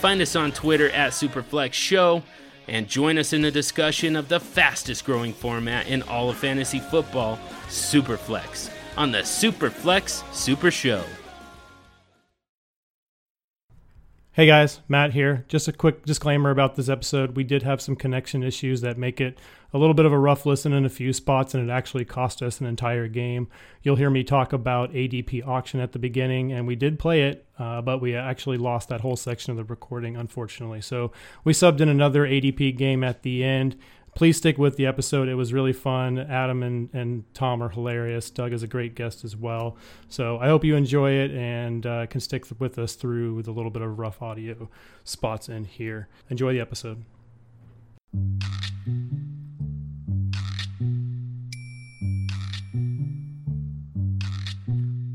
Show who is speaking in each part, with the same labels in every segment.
Speaker 1: find us on Twitter at Superflex Show and join us in the discussion of the fastest growing format in all of fantasy football, Superflex, on the Superflex Super Show.
Speaker 2: Hey guys, Matt here. Just a quick disclaimer about this episode. We did have some connection issues that make it a little bit of a rough listen in a few spots, and it actually cost us an entire game. You'll hear me talk about ADP auction at the beginning, and we did play it, uh, but we actually lost that whole section of the recording, unfortunately. So we subbed in another ADP game at the end. Please stick with the episode. It was really fun. Adam and, and Tom are hilarious. Doug is a great guest as well. So I hope you enjoy it and uh, can stick with us through the little bit of rough audio spots in here. Enjoy the episode.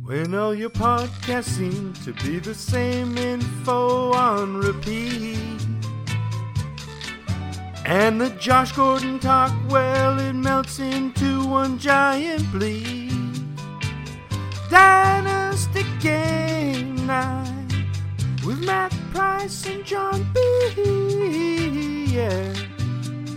Speaker 3: When all your podcasts seem to be the same info on repeat. And the Josh Gordon talk, well, it melts into one giant bleed. Dynasty Game Night with Matt Price and John B. Yeah.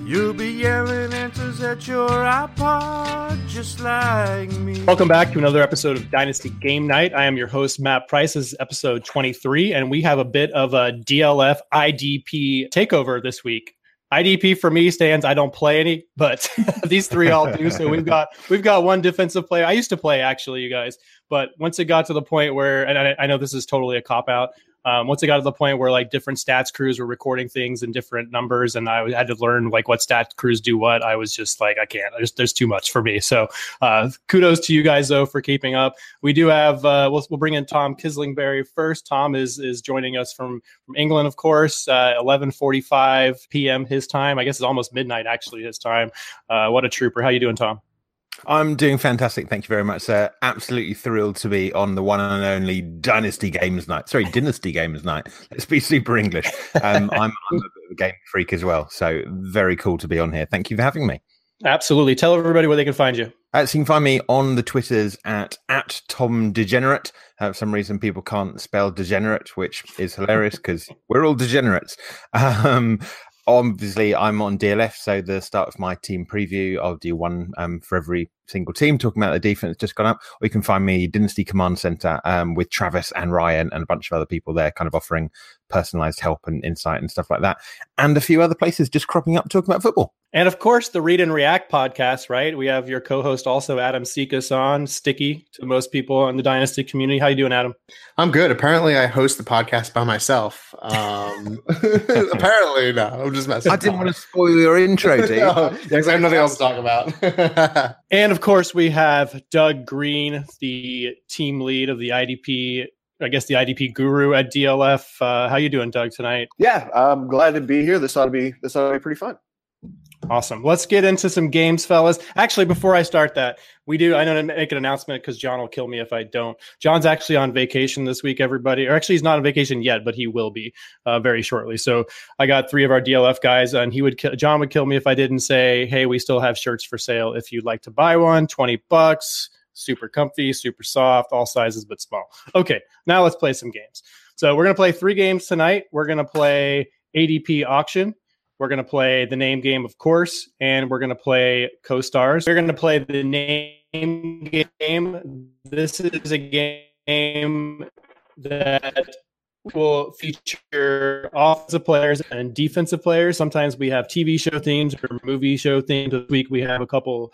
Speaker 3: You'll be yelling answers at your iPod just like me.
Speaker 2: Welcome back to another episode of Dynasty Game Night. I am your host, Matt Price. This is episode 23, and we have a bit of a DLF IDP takeover this week. IDP for me stands I don't play any, but these three all do. So we've got we've got one defensive player. I used to play actually, you guys, but once it got to the point where, and I, I know this is totally a cop out, um, once it got to the point where like different stats crews were recording things in different numbers and i had to learn like what stat crews do what i was just like i can't there's, there's too much for me so uh, kudos to you guys though for keeping up we do have uh, we'll, we'll bring in tom kislingberry first tom is is joining us from from england of course uh, 11.45 p.m his time i guess it's almost midnight actually his time uh, what a trooper how you doing tom
Speaker 4: I'm doing fantastic. Thank you very much, sir. Absolutely thrilled to be on the one and only Dynasty Games Night. Sorry, Dynasty Games Night. Let's be super English. Um, I'm, I'm a bit of a game freak as well. So very cool to be on here. Thank you for having me.
Speaker 2: absolutely tell everybody where they can find you
Speaker 4: Uh, so you can find me on the Twitters at, at Tom Degenerate. Uh, for some reason, people can't spell degenerate, which is hilarious because we're all degenerates. Um, obviously, I'm on DLF, so the start of my team preview, I'll do one um, for every single team, talking about the defense that's just gone up. Or you can find me Dynasty Command Center um, with Travis and Ryan and a bunch of other people there, kind of offering personalized help and insight and stuff like that. And a few other places just cropping up talking about football.
Speaker 2: And of course, the Read and React podcast, right? We have your co-host also Adam Sikas on, sticky to most people in the Dynasty community. How you doing, Adam?
Speaker 5: I'm good. Apparently, I host the podcast by myself. Um, apparently, no. I'm just messing.
Speaker 4: I didn't want to spoil your intro, dude.
Speaker 5: because I have nothing else to talk about.
Speaker 2: And of course, we have Doug Green, the team lead of the IDP, I guess the IDP guru at DLF. Uh, how you doing, Doug, tonight?
Speaker 6: yeah, I'm glad to be here. This ought to be this ought to be pretty fun.
Speaker 2: Awesome. Let's get into some games, fellas. Actually, before I start that, we do. I know to make an announcement because John will kill me if I don't. John's actually on vacation this week, everybody. Or actually, he's not on vacation yet, but he will be uh, very shortly. So I got three of our DLF guys, and he would. Ki- John would kill me if I didn't say, "Hey, we still have shirts for sale. If you'd like to buy one, twenty bucks. Super comfy, super soft, all sizes but small." Okay, now let's play some games. So we're gonna play three games tonight. We're gonna play ADP auction. We're going to play the name game, of course, and we're going to play co stars. We're going to play the name game. This is a game that will feature offensive players and defensive players. Sometimes we have TV show themes or movie show themes. This week we have a couple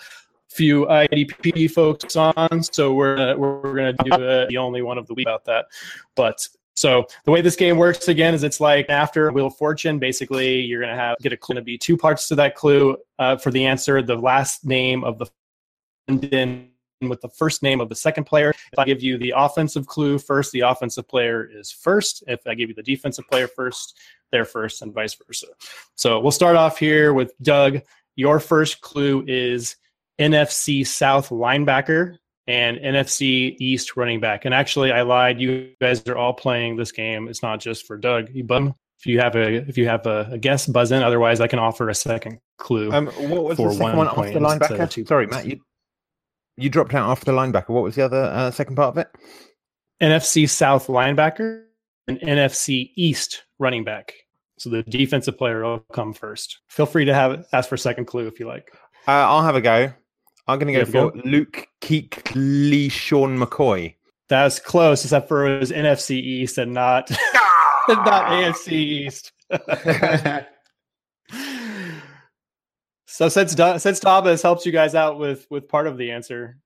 Speaker 2: few IDP folks on, so we're gonna, we're going to do uh the only one of the week about that. But so the way this game works again is it's like after Wheel of Fortune. Basically, you're gonna have get a clue. Gonna be two parts to that clue uh, for the answer. The last name of the with the first name of the second player. If I give you the offensive clue first, the offensive player is first. If I give you the defensive player first, they're first, and vice versa. So we'll start off here with Doug. Your first clue is NFC South linebacker and NFC East running back. And actually, I lied. You guys are all playing this game. It's not just for Doug. You bum. If you have a if you have a, a guess, buzz in. Otherwise, I can offer a second clue.
Speaker 4: Um, what was
Speaker 2: For
Speaker 4: the second
Speaker 2: one
Speaker 4: one after
Speaker 2: point instead of two
Speaker 4: linebacker? Sorry,
Speaker 2: points.
Speaker 4: Matt, you you dropped out after linebacker. What was the other uh, second part of it?
Speaker 2: NFC South linebacker and NFC East running back. So the defensive player will come first. Feel free to have ask for a second clue if you like.
Speaker 4: Uh, I'll have a go. I'm going
Speaker 2: You
Speaker 4: to
Speaker 2: have a
Speaker 4: go
Speaker 2: go?
Speaker 4: for Luke Keekley, Sean McCoy.
Speaker 2: That's close, except for it was NFC East and not not AFC East. so since Da- since Taba has helped you guys out with with part of the answer,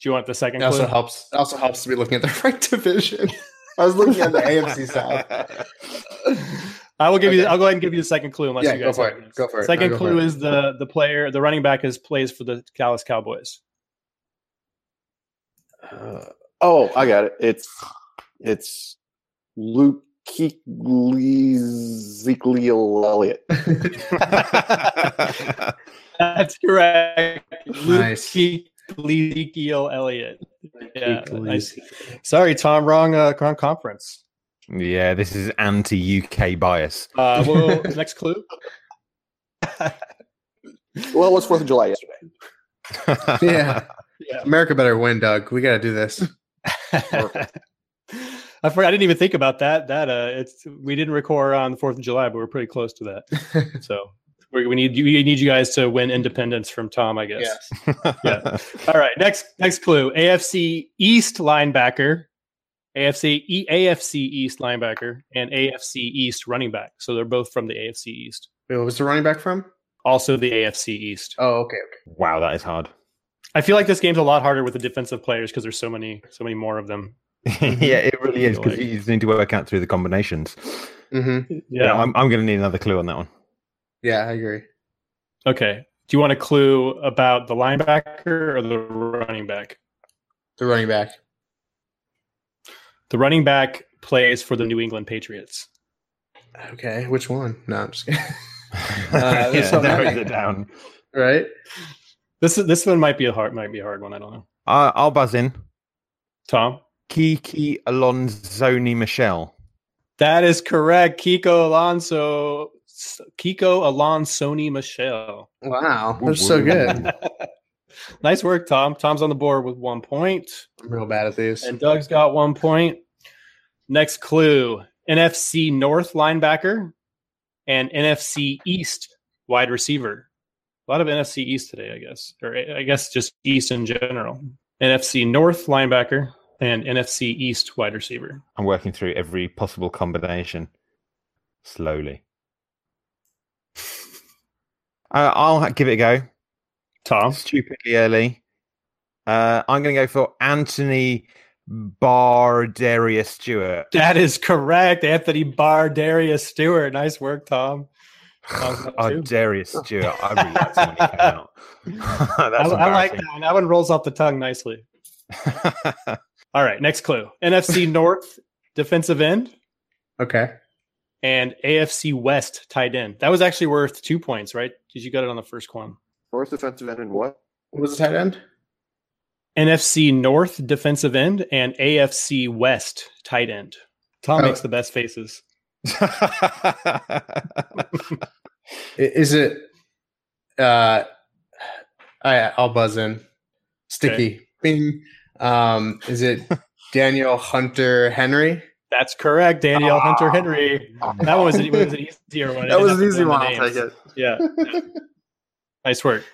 Speaker 2: do you want the second
Speaker 5: It
Speaker 2: clue?
Speaker 5: also helps. It also helps to be looking at the right division. I was looking at the AFC South.
Speaker 2: I will give you.
Speaker 5: Okay.
Speaker 2: I'll go ahead and give you the second clue unless
Speaker 5: Yeah,
Speaker 2: you
Speaker 5: go
Speaker 2: guys
Speaker 5: for
Speaker 2: have
Speaker 5: it.
Speaker 2: this.
Speaker 5: Go for it.
Speaker 2: Second
Speaker 5: No, go for
Speaker 2: clue
Speaker 5: it.
Speaker 2: is the the player, the running back, is plays for the Dallas Cowboys.
Speaker 6: Uh, oh, I got it. It's it's Luke Ezekiel Elliott.
Speaker 2: That's correct.
Speaker 5: Nice.
Speaker 2: Luke Ezekiel Elliott. Yeah, nice. Sorry, Tom. Wrong. Uh, wrong conference.
Speaker 4: yeah, this is anti UK bias.
Speaker 2: Uh, well, next clue.
Speaker 6: Well, it was Fourth of July yesterday.
Speaker 5: Yeah.
Speaker 2: Yeah.
Speaker 5: America better win, Doug. We got to do this.
Speaker 2: I forgot. I didn't even think about that. That uh, it's we didn't record on the Fourth of July, but we're pretty close to that. So we, we need you. We need you guys to win independence from Tom, I guess. Yeah. All right. Next next clue. AFC East linebacker, AFC e, AFC East linebacker, and AFC East running back. So they're both from the AFC East.
Speaker 5: Wait, what was the running back from?
Speaker 2: Also the AFC East.
Speaker 5: Oh, okay.
Speaker 4: Wow, that is hard.
Speaker 2: I feel like this game's a lot harder with the defensive players because there's so many so many more of them.
Speaker 4: yeah, it really is because
Speaker 2: Like-
Speaker 4: you just need to work out through the combinations.
Speaker 5: okay. hmm
Speaker 4: Yeah, I'm, I'm going to need another clue on that one.
Speaker 5: Yeah, I agree.
Speaker 2: Okay. Do you want a clue about the linebacker or the running back?
Speaker 5: The running back.
Speaker 2: The running back plays for the New England Patriots.
Speaker 5: Okay, which one? No, I'm just kidding.
Speaker 4: yeah,
Speaker 2: Uh,
Speaker 5: there's so
Speaker 4: narrows
Speaker 5: many.
Speaker 4: it down.
Speaker 5: right?
Speaker 2: This is, this one might be a hard might be a hard one. I don't know.
Speaker 4: I I'll buzz in.
Speaker 2: Tom,
Speaker 4: Kiki Alonzoni Michelle.
Speaker 2: that is correct. Kiko Alonso, Kiko Alonsoni Michelle.
Speaker 5: Wow, that's so good.
Speaker 2: nice work, Tom. Tom's on the board with one point,
Speaker 5: I'm real bad at these.
Speaker 2: and Doug's got one point. Next clue: NFC North linebacker and NFC East wide receiver. A lot of NFC East today, I guess, or eh, I I guess just East in general. NFC North linebacker and NFC East wide receiver.
Speaker 4: I'm working through every possible combination slowly. Uh, I'll ha- give it a go.
Speaker 2: Tom,
Speaker 4: Stupidly early. Uh, I'm going to go for Anthony Bardaria Stewart.
Speaker 2: That is correct. Anthony Barr, Darius Stewart. Nice work, Tom. was up
Speaker 5: Oh,
Speaker 2: too.
Speaker 4: Darius Stewart. I really liked him when he came out.
Speaker 2: I,
Speaker 4: That's
Speaker 2: I like that one. That one rolls off the tongue nicely.
Speaker 4: embarrassing.
Speaker 2: All right, next clue. NFC North defensive end
Speaker 5: Okay.
Speaker 2: and AFC West tight end. That was actually worth two points, right? Because you got it on the first one.
Speaker 6: North defensive end and what?
Speaker 5: What was the tight end?
Speaker 2: NFC North defensive end and AFC West tight end. Tom
Speaker 5: Oh.
Speaker 2: makes the best faces.
Speaker 5: I- Is it? Uh, I I'll buzz in. Sticky. Bing. Um, is it Daniel Hunter Henry?
Speaker 2: That's correct, Daniel Hunter Henry. That one was an, was an easier one. I
Speaker 5: Ah. That
Speaker 2: didn't
Speaker 5: was
Speaker 2: have
Speaker 5: an
Speaker 2: to
Speaker 5: easy
Speaker 2: learn the
Speaker 5: one. I'll
Speaker 2: names.
Speaker 5: take it.
Speaker 2: Yeah. yeah. nice work.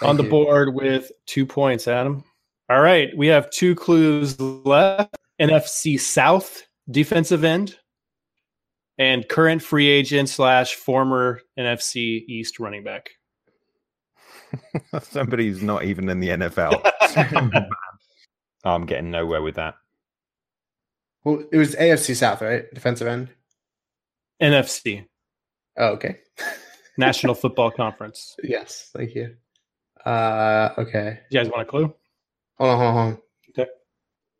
Speaker 5: Thank
Speaker 2: on the
Speaker 5: you.
Speaker 2: board with two points, Adam. All right, we have two clues left. NFC South defensive end and current free agent slash former NFC East running back.
Speaker 4: Somebody who's not even in the NFL. Oh, I'm getting nowhere with that.
Speaker 5: Well, it was AFC South, right? Defensive end.
Speaker 2: NFC
Speaker 5: Oh, okay.
Speaker 2: National Football Conference.
Speaker 5: Yes, thank you. Uh, okay.
Speaker 2: You guys want a clue?
Speaker 5: Hold on, hold on, hold on.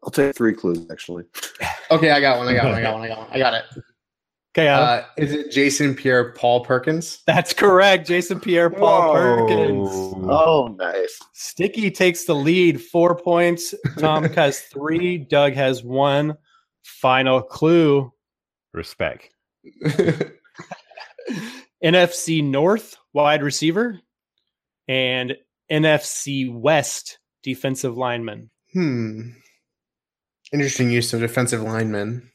Speaker 6: I'll take three clues actually.
Speaker 5: Okay, I got one. I got one. I got one. I got one. I got it.
Speaker 2: Okay, Adam.
Speaker 5: Uh, is it Jason Pierre Paul Perkins?
Speaker 2: that's correct. Jason Pierre Paul
Speaker 4: Whoa.
Speaker 2: Perkins.
Speaker 6: Oh, nice.
Speaker 2: Sticky takes the lead, four points. Tom has three. Doug has one. Final clue
Speaker 4: Respect.
Speaker 2: NFC North wide receiver and NFC West defensive lineman.
Speaker 5: hmm. Interesting use of defensive lineman.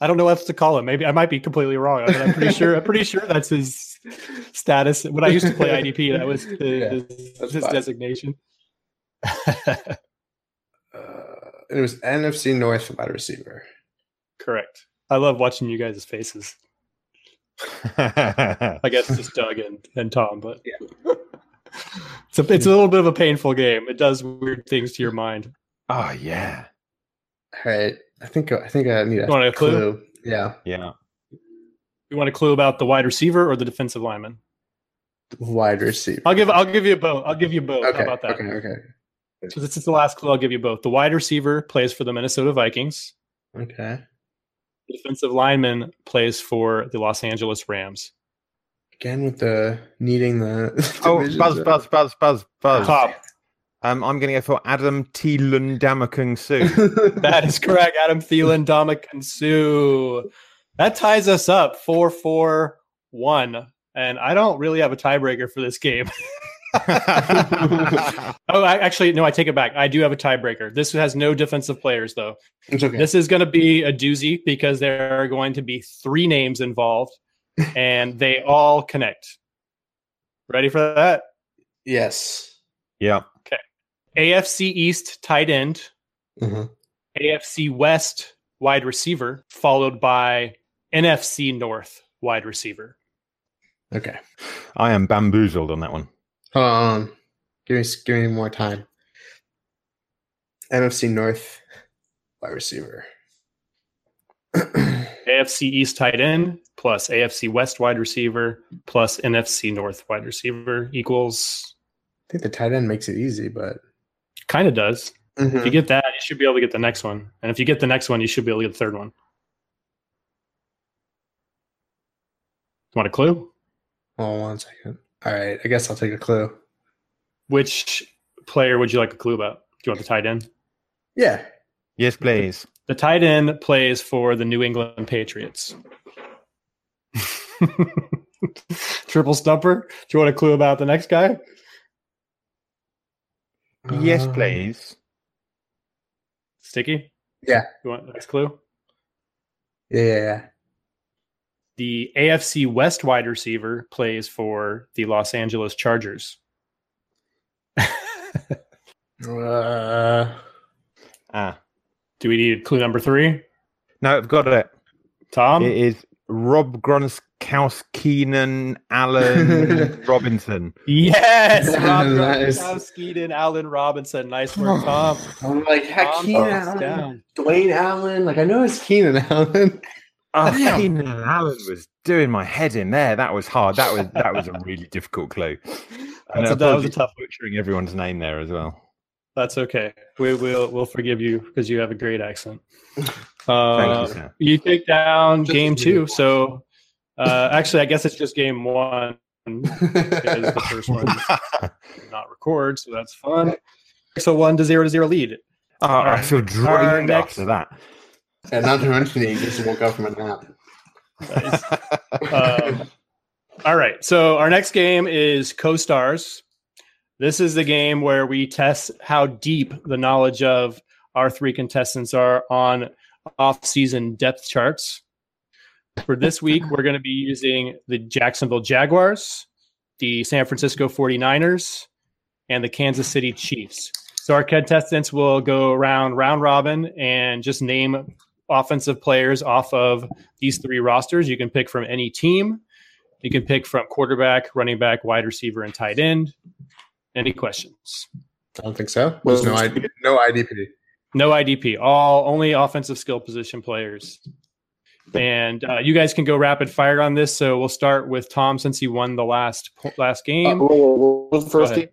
Speaker 2: I don't know what else to call him. Maybe I might be completely wrong, but I'm pretty sure. I'm pretty sure that's his status. When I used to play IDP, that was the,
Speaker 5: Yeah,
Speaker 2: his,
Speaker 5: that's
Speaker 2: his
Speaker 5: fine.
Speaker 2: designation.
Speaker 5: Uh, and it was NFC North wide receiver.
Speaker 2: Correct. I love watching you guys' faces. I guess just Doug and, and Tom, but it's a it's a little bit of a painful game. It does weird things to your mind.
Speaker 4: oh yeah,
Speaker 5: All right. I think I think I need a,
Speaker 2: You want a clue?
Speaker 5: Yeah.
Speaker 4: yeah.
Speaker 2: You want a clue about the wide receiver or the defensive lineman?
Speaker 5: Wide receiver.
Speaker 2: I'll give I'll give you both. I'll give you both.
Speaker 5: okay.
Speaker 2: How about that?
Speaker 5: Okay. Okay.
Speaker 2: So this is the last clue. I'll give you both. The wide receiver plays for the Minnesota Vikings.
Speaker 5: Okay.
Speaker 2: The defensive lineman plays for the Los Angeles Rams.
Speaker 5: Again with the needing the
Speaker 4: Oh,
Speaker 5: divisions,
Speaker 4: buzz,
Speaker 5: uh,
Speaker 4: buzz, buzz, buzz,
Speaker 5: Oh.
Speaker 4: buzz.
Speaker 2: Top.
Speaker 4: Um, I'm going to go for Adam T. Lundamakung Su.
Speaker 2: That is correct. Adam Thielen, Dominic Sue. That ties us up 4 4 1. And I don't really have a tiebreaker for this game. Oh, I, actually, no, I take it back. I do have a tiebreaker. This has no defensive players, though.
Speaker 5: It's okay.
Speaker 2: This is going to be a doozy because there are going to be three names involved and they all connect. Ready for that?
Speaker 5: yes.
Speaker 4: yeah.
Speaker 2: AFC East tight end,
Speaker 5: Mhm.
Speaker 2: AFC West wide receiver, followed by NFC North wide receiver.
Speaker 5: Okay.
Speaker 4: I am bamboozled on that one.
Speaker 5: Hold on. Give me give me more time. NFC North wide receiver.
Speaker 2: AFC East tight end plus AFC West wide receiver plus NFC North wide receiver equals
Speaker 5: I think the tight end makes it easy, but
Speaker 2: kind of does. If you get that, you should be able to get the next one. And if you get the next one, you should be able to get the third one. Want a clue?
Speaker 5: hold on one second. All right, I guess I'll take a clue.
Speaker 2: Which player would you like a clue about? Do you want the tight end?
Speaker 5: Yeah.
Speaker 4: Yes, please.
Speaker 2: The tight end plays for the New England Patriots. Triple stumper. Do you want a clue about the next guy?
Speaker 4: yes,
Speaker 5: Um,
Speaker 4: please.
Speaker 2: Sticky?
Speaker 5: Yeah.
Speaker 2: You want the next clue?
Speaker 5: Yeah, yeah, yeah.
Speaker 2: The AFC West wide receiver plays for the Los Angeles Chargers.
Speaker 5: Uh,
Speaker 4: Ah,
Speaker 2: Do we need clue number three?
Speaker 4: no, I've got it.
Speaker 2: Tom?
Speaker 4: it is Rob Gronkowski, Alan Robinson.
Speaker 2: Yes, Rob
Speaker 5: Nice.
Speaker 2: Gronkowski and Allen Robinson. Nice work,
Speaker 4: Oh,
Speaker 2: Tom.
Speaker 5: I'm like heck,
Speaker 2: Tom
Speaker 5: Keenan
Speaker 2: knocks
Speaker 5: Allen,
Speaker 2: down.
Speaker 5: Dwayne Allen. Like I know it's Keenan Allen.
Speaker 4: Oh,
Speaker 5: Damn.
Speaker 4: Keenan Allen was doing my head in there. That was hard. That was that was a really difficult clue. And
Speaker 2: That's a- that was a
Speaker 4: apologies
Speaker 2: tough
Speaker 4: for butchering everyone's name there as well.
Speaker 2: That's okay. We will we'll forgive you because you have a great accent.
Speaker 4: Thank
Speaker 2: Uh,
Speaker 4: you, sir.
Speaker 2: you take down
Speaker 5: Just
Speaker 2: game
Speaker 5: as you
Speaker 2: two.
Speaker 5: did.
Speaker 2: So uh, actually, I guess it's just game one. Because the first one did not record, so that's fun. So one to zero to zero lead.
Speaker 4: Oh, I
Speaker 2: Alright.
Speaker 4: feel drained
Speaker 2: next-
Speaker 4: after that.
Speaker 5: and not to mention he just woke up from a nap.
Speaker 2: Um, all right. So our next game is co-stars. This is the game where we test how deep the knowledge of our three contestants are on off-season depth charts. For this week, we're going to be using the Jacksonville Jaguars, the San Francisco 49ers, and the Kansas City Chiefs. So our contestants will go around round robin and just name offensive players off of these three rosters. You can pick from any team. You can pick from quarterback, running back, wide receiver, and tight end. Any questions?
Speaker 5: I don't think so. There's no
Speaker 6: Well,
Speaker 5: ID, no IDP.
Speaker 2: No IDP. All only offensive skill position players. And uh, you guys can go rapid fire on this. So we'll start with Tom since he won the last po- last
Speaker 6: Uh,
Speaker 2: game.
Speaker 6: what was
Speaker 2: Go
Speaker 6: the first
Speaker 2: ahead.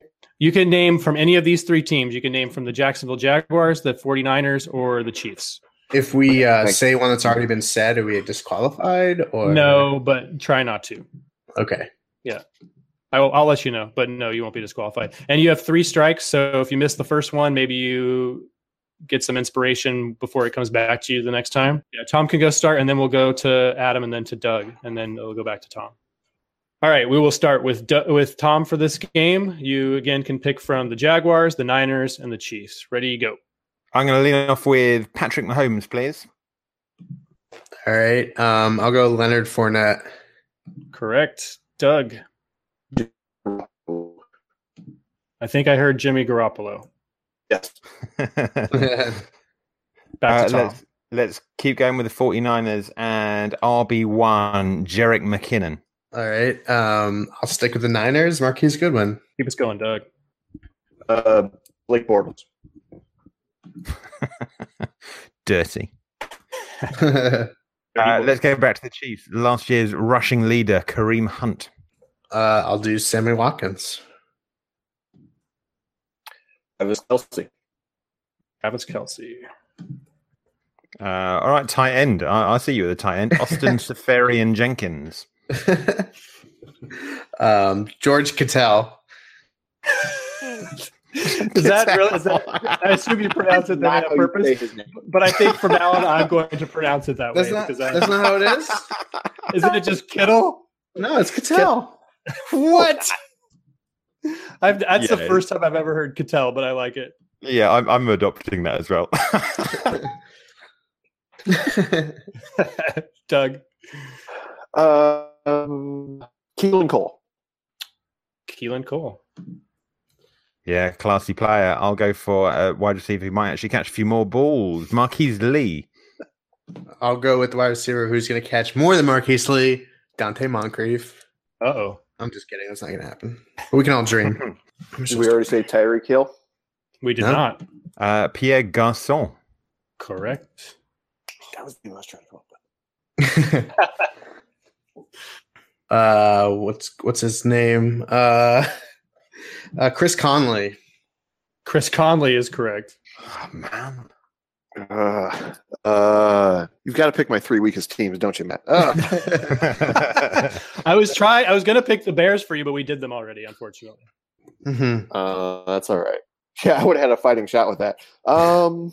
Speaker 6: team?
Speaker 2: You can name from any of these three teams. You can name from the Jacksonville Jaguars, the 49ers, or the Chiefs.
Speaker 5: If we uh,
Speaker 6: Thanks.
Speaker 5: say one that's already been said, are we disqualified? Or
Speaker 2: No, but try not to.
Speaker 5: Okay.
Speaker 2: I will, I'll let you know, but no, you won't be disqualified. And you have three strikes. So if you miss the first one, maybe you get some inspiration before it comes back to you the next time. Yeah, Tom can go start, and then we'll go to Adam, and then to Doug, and then it'll go back to Tom. All right, we will start with Doug- with Tom for this game. You again can pick from the Jaguars, the Niners, and the Chiefs. Ready, go.
Speaker 4: I'm going to lean off with Patrick Mahomes, please.
Speaker 5: All right. Um, I'll go Leonard Fournette.
Speaker 2: Correct, Doug. I think I heard Jimmy Garoppolo.
Speaker 6: Yes.
Speaker 2: Back
Speaker 4: Uh,
Speaker 2: to Tom.
Speaker 4: let's, let's keep going with the 49ers and RB1, Jarek McKinnon.
Speaker 5: All right. Um, I'll stick with the Niners. Marquise Goodwin.
Speaker 2: Keep us going, Doug.
Speaker 6: Uh, Blake Bortles.
Speaker 4: Dirty.
Speaker 5: uh,
Speaker 4: Uh, let's go back to the Chiefs. Last year's rushing leader, Kareem Hunt.
Speaker 5: I'll do Sammy Watkins.
Speaker 6: Travis Kelsey.
Speaker 2: Travis Kelsey.
Speaker 4: Uh, all right, tight end. I, I see you at the tight end. Austin Safarian Jenkins.
Speaker 5: um, George Cattell.
Speaker 2: Is that really? Is that, I assume you pronounce it that way on purpose, but I think from now on I'm going to pronounce it that
Speaker 5: That's
Speaker 2: way
Speaker 5: not,
Speaker 2: because I,
Speaker 5: that's not how it is.
Speaker 2: isn't it just Kittle?
Speaker 5: No, it's Cattell.
Speaker 2: What? I've, that's the
Speaker 4: Yeah.
Speaker 2: first time I've ever heard Cattell, but I like it.
Speaker 4: Yeah, I'm, I'm adopting that as well.
Speaker 2: Doug
Speaker 6: Uh, um, Keelan Cole.
Speaker 2: Keelan Cole.
Speaker 4: yeah, classy player. I'll go for a wide receiver who might actually catch a few more balls. Marquise Lee.
Speaker 5: I'll go with the wide receiver who's going to catch more than Marquise Lee, Dante Moncrief.
Speaker 2: Uh oh.
Speaker 5: I'm just kidding. That's not going to happen. But we can all dream.
Speaker 4: Mm-hmm.
Speaker 5: I'm
Speaker 6: Did
Speaker 5: so
Speaker 6: we already say Tyreek Hill?
Speaker 2: We did
Speaker 5: No.
Speaker 2: not.
Speaker 4: Uh, Pierre Garçon.
Speaker 2: Correct.
Speaker 6: That was the most trying to come up with.
Speaker 5: uh, what's what's his name? Uh, uh, Chris Conley.
Speaker 2: Chris Conley is correct.
Speaker 4: Oh, man.
Speaker 6: Uh, uh, you've got to pick my three weakest teams, don't you, Matt? Uh,
Speaker 2: I was trying. I was going to pick the Bears for you, but we did them already, unfortunately.
Speaker 5: Mhm.
Speaker 6: uh, that's all right. Yeah, I would have had a fighting shot with that. Um,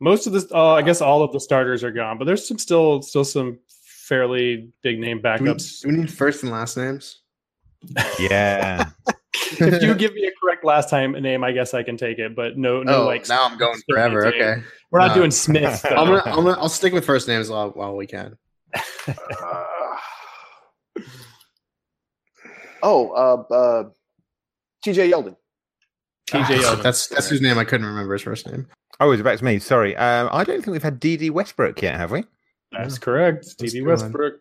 Speaker 2: Most of this, oh, I guess all of the starters are gone, but there's some still still some fairly big name
Speaker 5: Do, we,
Speaker 2: backups.
Speaker 5: do we need first and last names?
Speaker 4: yeah.
Speaker 2: if you give me a correct last time name, I guess I can take it. But no, no,
Speaker 5: oh,
Speaker 2: like
Speaker 5: now I'm going
Speaker 2: Smith
Speaker 5: forever.
Speaker 2: name.
Speaker 5: Okay,
Speaker 2: we're not
Speaker 5: no.
Speaker 2: doing Smith. though.
Speaker 5: Uh, I'm gonna, I'm gonna, I'll stick with first names while, while we can.
Speaker 6: uh, oh, uh, uh, TJ Yeldon.
Speaker 2: TJ Yeldon.
Speaker 5: That's that's whose name I couldn't remember his first name.
Speaker 4: Oh, it's back to me. Sorry. Um, I don't think we've had DD Westbrook yet, have we?
Speaker 2: That's correct. DB
Speaker 5: good
Speaker 2: Westbrook.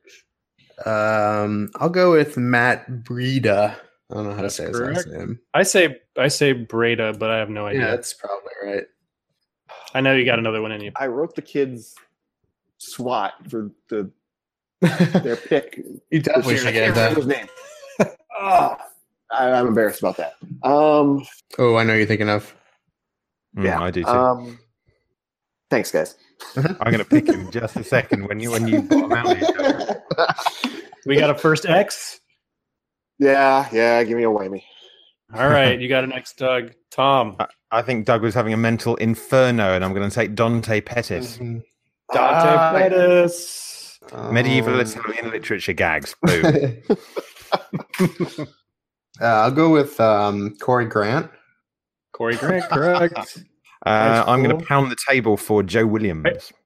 Speaker 5: Um, I'll go with Matt Breida. I don't know how
Speaker 2: That's
Speaker 5: to say his
Speaker 2: correct.
Speaker 5: last name.
Speaker 2: I say I say Breda, but I have no
Speaker 5: Yeah,
Speaker 2: idea.
Speaker 5: that's probably right.
Speaker 2: I know you got another one in you.
Speaker 6: I wrote the kids SWAT for the their pick.
Speaker 5: you definitely
Speaker 6: this year.
Speaker 5: should
Speaker 6: I
Speaker 5: get
Speaker 6: can't
Speaker 5: that.
Speaker 6: remember his name. Ah, I, I'm embarrassed about that. Um,
Speaker 5: Oh, I know you're thinking of.
Speaker 4: Mm,
Speaker 6: Yeah.
Speaker 4: I do too.
Speaker 6: um, thanks, guys.
Speaker 4: I'm going to pick him just a second when you when you bottom out. here.
Speaker 2: We got a first X.
Speaker 6: Yeah, yeah. Give me a whammy.
Speaker 2: All right, you got an X, Doug. Tom.
Speaker 4: I think Doug was having a mental inferno, and I'm going to take Dante Pettis.
Speaker 5: Mhm.
Speaker 2: Mm-hmm. Dante
Speaker 5: Uh,
Speaker 6: Ah,
Speaker 2: Pettis.
Speaker 4: Medieval
Speaker 5: Um,
Speaker 4: Italian literature gags. Boom.
Speaker 5: uh, I'll go with um, Corey Grant.
Speaker 2: Corey Grant, correct.
Speaker 4: Uh, I'm going
Speaker 2: cool.
Speaker 4: to pound the table for Joe Williams.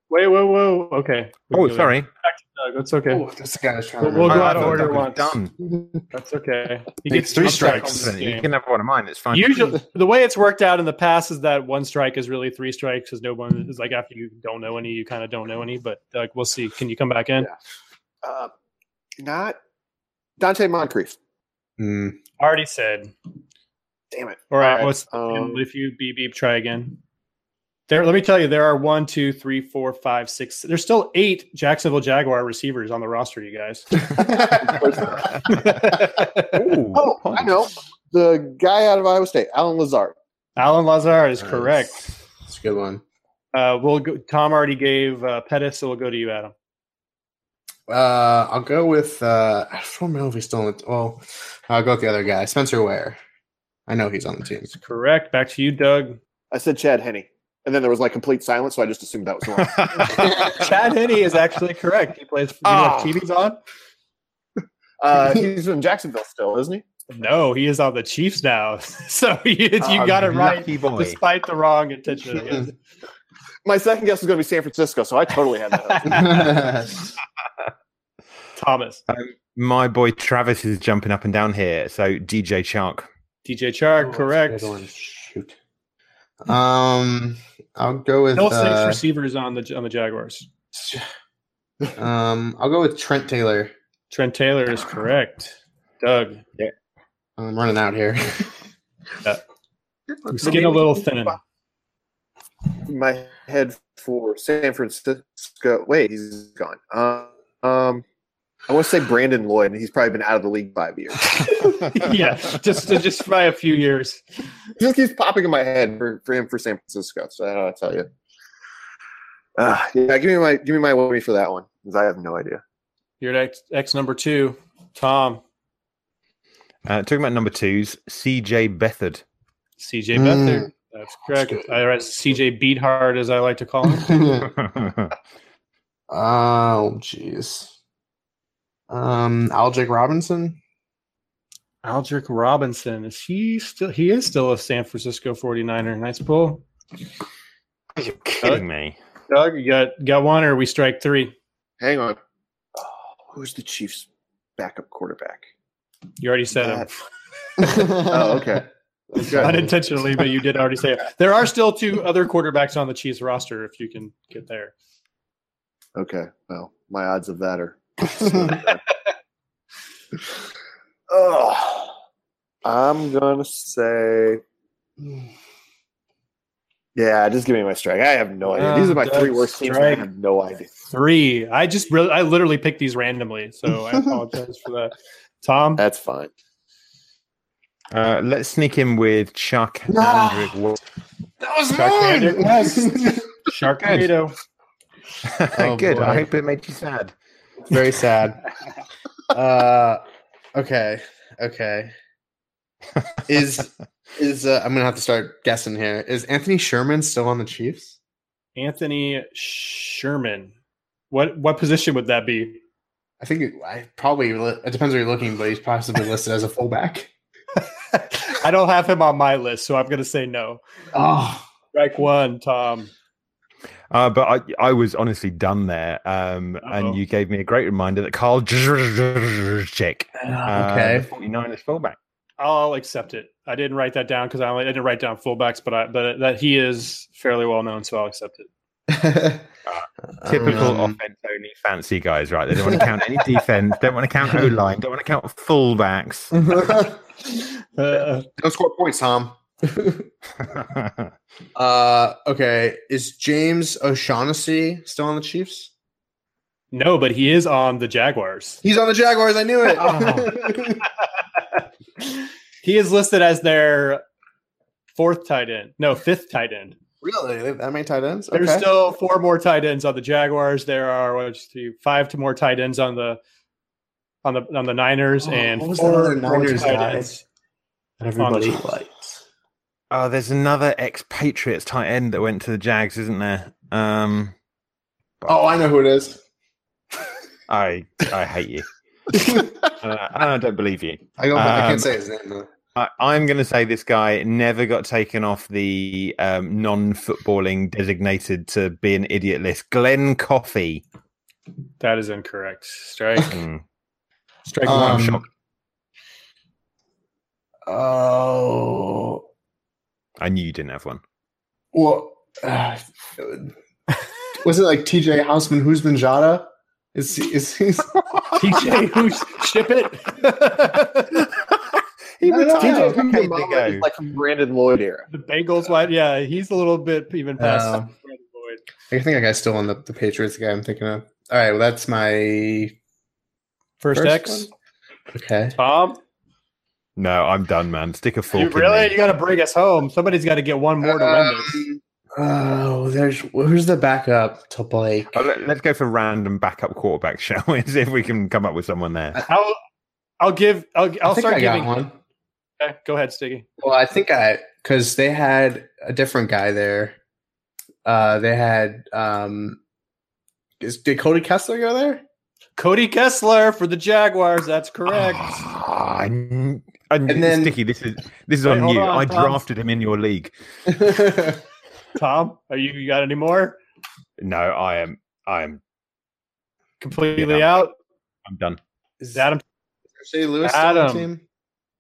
Speaker 2: Wait, whoa, whoa. Okay. We
Speaker 4: Oh,
Speaker 2: can go
Speaker 4: sorry.
Speaker 2: there. Doug, it's okay.
Speaker 5: Oh, that's the guy I was trying
Speaker 2: We'll-
Speaker 5: to
Speaker 2: we'll
Speaker 4: I-
Speaker 5: remember.
Speaker 2: go
Speaker 4: I
Speaker 2: out of
Speaker 4: thought
Speaker 2: order
Speaker 4: Doug was
Speaker 2: once.
Speaker 4: Done.
Speaker 2: That's okay. He
Speaker 5: Takes three
Speaker 2: I'm sorry,
Speaker 5: strikes.
Speaker 2: on this
Speaker 4: You
Speaker 2: game.
Speaker 4: can have one of mine. It's fine.
Speaker 2: Usually, the way it's worked out in the past is that one strike is really three strikes because no one is like after you don't know any, you kind of don't know any. But like, we'll see. Can you come back in?
Speaker 6: Yeah. Uh, not Dante Moncrief.
Speaker 5: Mm.
Speaker 2: Already said.
Speaker 6: Damn it.
Speaker 2: All right.
Speaker 6: All right,
Speaker 2: What's
Speaker 6: um,
Speaker 2: if you beep beep try again? There. Let me tell you, there are one, two, three, four, five, six. There's still eight Jacksonville Jaguar receivers on the roster. You guys.
Speaker 4: Ooh,
Speaker 6: Oh, I know. the guy out of Iowa State, Alan Lazard.
Speaker 2: Alan Lazard is correct.
Speaker 5: That's a good one.
Speaker 2: Uh, we'll go, Tom already gave uh, Pettis, so we'll go to you, Adam.
Speaker 5: Uh, I'll go with. Uh, I don't know if he's still on. The, well, I'll go with the other guy, Spencer Ware. I know he's on the team.
Speaker 2: It's correct. Back to you, Doug.
Speaker 6: I said Chad Henney. And then there was like complete silence, so I just assumed that was wrong.
Speaker 2: Chad Henney is actually correct. He plays. Do you have
Speaker 6: Ah.
Speaker 2: TV's on?
Speaker 6: uh, he's in Jacksonville still, isn't he?
Speaker 2: No, he is on the Chiefs now. so you, you
Speaker 4: Oh,
Speaker 2: got it right,
Speaker 4: lucky boy.
Speaker 2: despite the wrong intention. I guess.
Speaker 6: My second guess was going to be San Francisco, so I totally had that.
Speaker 2: Thomas,
Speaker 4: My boy Travis is jumping up and down here. So DJ Chark.
Speaker 2: DJ Chark, correct.
Speaker 5: Good one. Shoot. Um, I'll go with.
Speaker 2: No six
Speaker 5: Uh,
Speaker 2: receivers on the on the Jaguars.
Speaker 5: um, I'll go with Trent Taylor.
Speaker 2: Trent Taylor is correct. Doug,
Speaker 5: I'm running out here.
Speaker 2: your skin a little thinning.
Speaker 6: My head for San Francisco. Wait, he's gone. Um, um, I want to say Brandon Lloyd, and he's probably been out of the league five years.
Speaker 2: yeah, just just by a few years.
Speaker 6: just keeps popping in my head for, for him for San Francisco. So I don't know, I tell you. Uh, yeah, give me my give me my worry for that one because I have no idea.
Speaker 2: You're at X, X number two, Tom,
Speaker 4: Uh, talking about number twos, CJ Bethard.
Speaker 2: CJ
Speaker 5: Mm.
Speaker 2: Beathard. That's correct.
Speaker 5: That's good.
Speaker 2: I read CJ Beathard, as I like to call him.
Speaker 5: oh, jeez. Um, Algic Robinson.
Speaker 2: Aldrick Robinson. Is he still? He is still a San Francisco 49er. Nice pull.
Speaker 4: Are you kidding me?
Speaker 2: Doug, you got got one, or we strike three.
Speaker 6: Hang on. Oh, who's the Chiefs' backup quarterback?
Speaker 2: You already said him.
Speaker 6: That- Oh, okay. Okay.
Speaker 2: unintentionally, but you did already say it. There are still two other quarterbacks on the Chiefs roster if you can get there.
Speaker 6: okay. Well, my odds of that are. oh, I'm gonna say. Yeah, just give me my strike. I have no idea. These are my
Speaker 2: Uh,
Speaker 6: three worst teams. and I
Speaker 2: strike.
Speaker 6: have no idea.
Speaker 2: Three. I just really, I literally picked these randomly, so I apologize for that. Tom,
Speaker 6: That's fine.
Speaker 4: Uh, let's sneak in with Chuck
Speaker 5: No.
Speaker 4: Andrick Wa-
Speaker 5: that was
Speaker 2: Chuck Andrick West. Sharknado.
Speaker 5: Oh,
Speaker 4: Good. I
Speaker 5: boy.
Speaker 4: hope it made you sad.
Speaker 5: Very sad. uh, okay, okay. Is is uh, I'm gonna have to start guessing here. Is Anthony Sherman still on the Chiefs?
Speaker 2: Anthony Sherman. What what position would that be?
Speaker 5: I think it, I probably li- it depends where you're looking, but he's possibly listed as a fullback.
Speaker 2: I don't have him on my list, so I'm going to say no.
Speaker 5: Oh,
Speaker 2: Strike one, Tom.
Speaker 4: Uh, but I, I was honestly done there. Um,
Speaker 2: Uh-oh.
Speaker 4: and you gave me a great reminder that Carl Jurczyk, uh,
Speaker 5: okay.
Speaker 4: the 49ers fullback.
Speaker 2: I'll accept it. I didn't write that down because I, only- I didn't write down fullbacks, but I, but that he is fairly well known, so I'll accept it.
Speaker 4: Oh, Typical
Speaker 5: Um,
Speaker 4: offense only fancy guys, right? They don't want to count any defense, don't want to count O line, don't want to count fullbacks.
Speaker 2: Uh,
Speaker 5: Don't score points, Tom. Uh, okay. Is James O'Shaughnessy still on the Chiefs?
Speaker 2: no, but he is on the Jaguars.
Speaker 5: He's on the Jaguars. I knew it.
Speaker 2: Oh. He is listed as their fourth tight end. No, fifth tight end.
Speaker 5: really? That many tight ends?
Speaker 2: There's
Speaker 5: Okay.
Speaker 2: still four more tight ends on the Jaguars. There are what, two, five to more tight ends on the on the on the Niners
Speaker 5: Oh,
Speaker 2: and
Speaker 5: what was the
Speaker 2: four
Speaker 5: other
Speaker 2: more
Speaker 5: Niners
Speaker 2: tight
Speaker 5: guy?
Speaker 2: ends.
Speaker 5: that
Speaker 2: everybody
Speaker 5: likes.
Speaker 4: oh, there's another expatriates tight end that went to the Jags, isn't there? Um,
Speaker 5: Oh, I know who it is.
Speaker 4: I I hate you. Uh, I don't believe you.
Speaker 5: I, don't, I
Speaker 4: Um,
Speaker 5: can't say his name though.
Speaker 4: I, I'm going to say this guy never got taken off the um, non-footballing designated to be an idiot list. Glenn Coffey.
Speaker 2: That is incorrect. Strike.
Speaker 4: Hmm.
Speaker 2: Strike
Speaker 4: I'm
Speaker 5: Um,
Speaker 4: shocked.
Speaker 5: Oh,
Speaker 4: I knew you didn't have one.
Speaker 5: well, uh, was it like T.J. Houseman? Who's been Jada? Is he, is he,
Speaker 2: TJ, who ship it?
Speaker 4: He
Speaker 5: No, no,
Speaker 4: retired
Speaker 5: no,
Speaker 4: a
Speaker 5: it's
Speaker 4: decade ago.
Speaker 6: It's like from Brandon Lloyd era.
Speaker 2: the Bengals wide. Yeah, he's a little bit even past.
Speaker 5: Oh.
Speaker 2: Brandon Lloyd.
Speaker 5: I think that guy's still on the, the Patriots guy I'm thinking of. All right, well, that's my
Speaker 2: First, X.
Speaker 5: one. Okay.
Speaker 2: Tom.
Speaker 4: No, I'm done, man. Stick a fork.
Speaker 2: You
Speaker 4: in
Speaker 2: really?
Speaker 4: me.
Speaker 2: You got to bring us home. Somebody's got to get one more to end this.
Speaker 5: Uh, Oh, there's who's the backup to Blake?
Speaker 4: Oh, let, us go for random backup quarterbacks, shall we? See if we can come up with someone there.
Speaker 2: I'll, I'll give. I'll, I'll
Speaker 5: I think
Speaker 2: start
Speaker 5: I
Speaker 2: giving.
Speaker 5: got one.
Speaker 2: Okay, go ahead, Stiggy.
Speaker 5: Well, I think I because they had a different guy there. Uh, they had um, is did Cody Kessler go there?
Speaker 2: Cody Kessler for the Jaguars. That's correct.
Speaker 4: Ah, and, and
Speaker 5: And then-
Speaker 4: Sticky, this is this is
Speaker 2: Wait,
Speaker 4: on
Speaker 2: hold
Speaker 4: you.
Speaker 2: on,
Speaker 4: I
Speaker 2: Tom.
Speaker 4: drafted him in your league.
Speaker 2: Tom, are you, you got any more?
Speaker 4: No, I am. I am.
Speaker 2: Completely
Speaker 4: Yeah.
Speaker 2: out.
Speaker 4: I'm done.
Speaker 2: Is Adam?
Speaker 5: Say Lewis
Speaker 2: still on the Adam.
Speaker 5: team.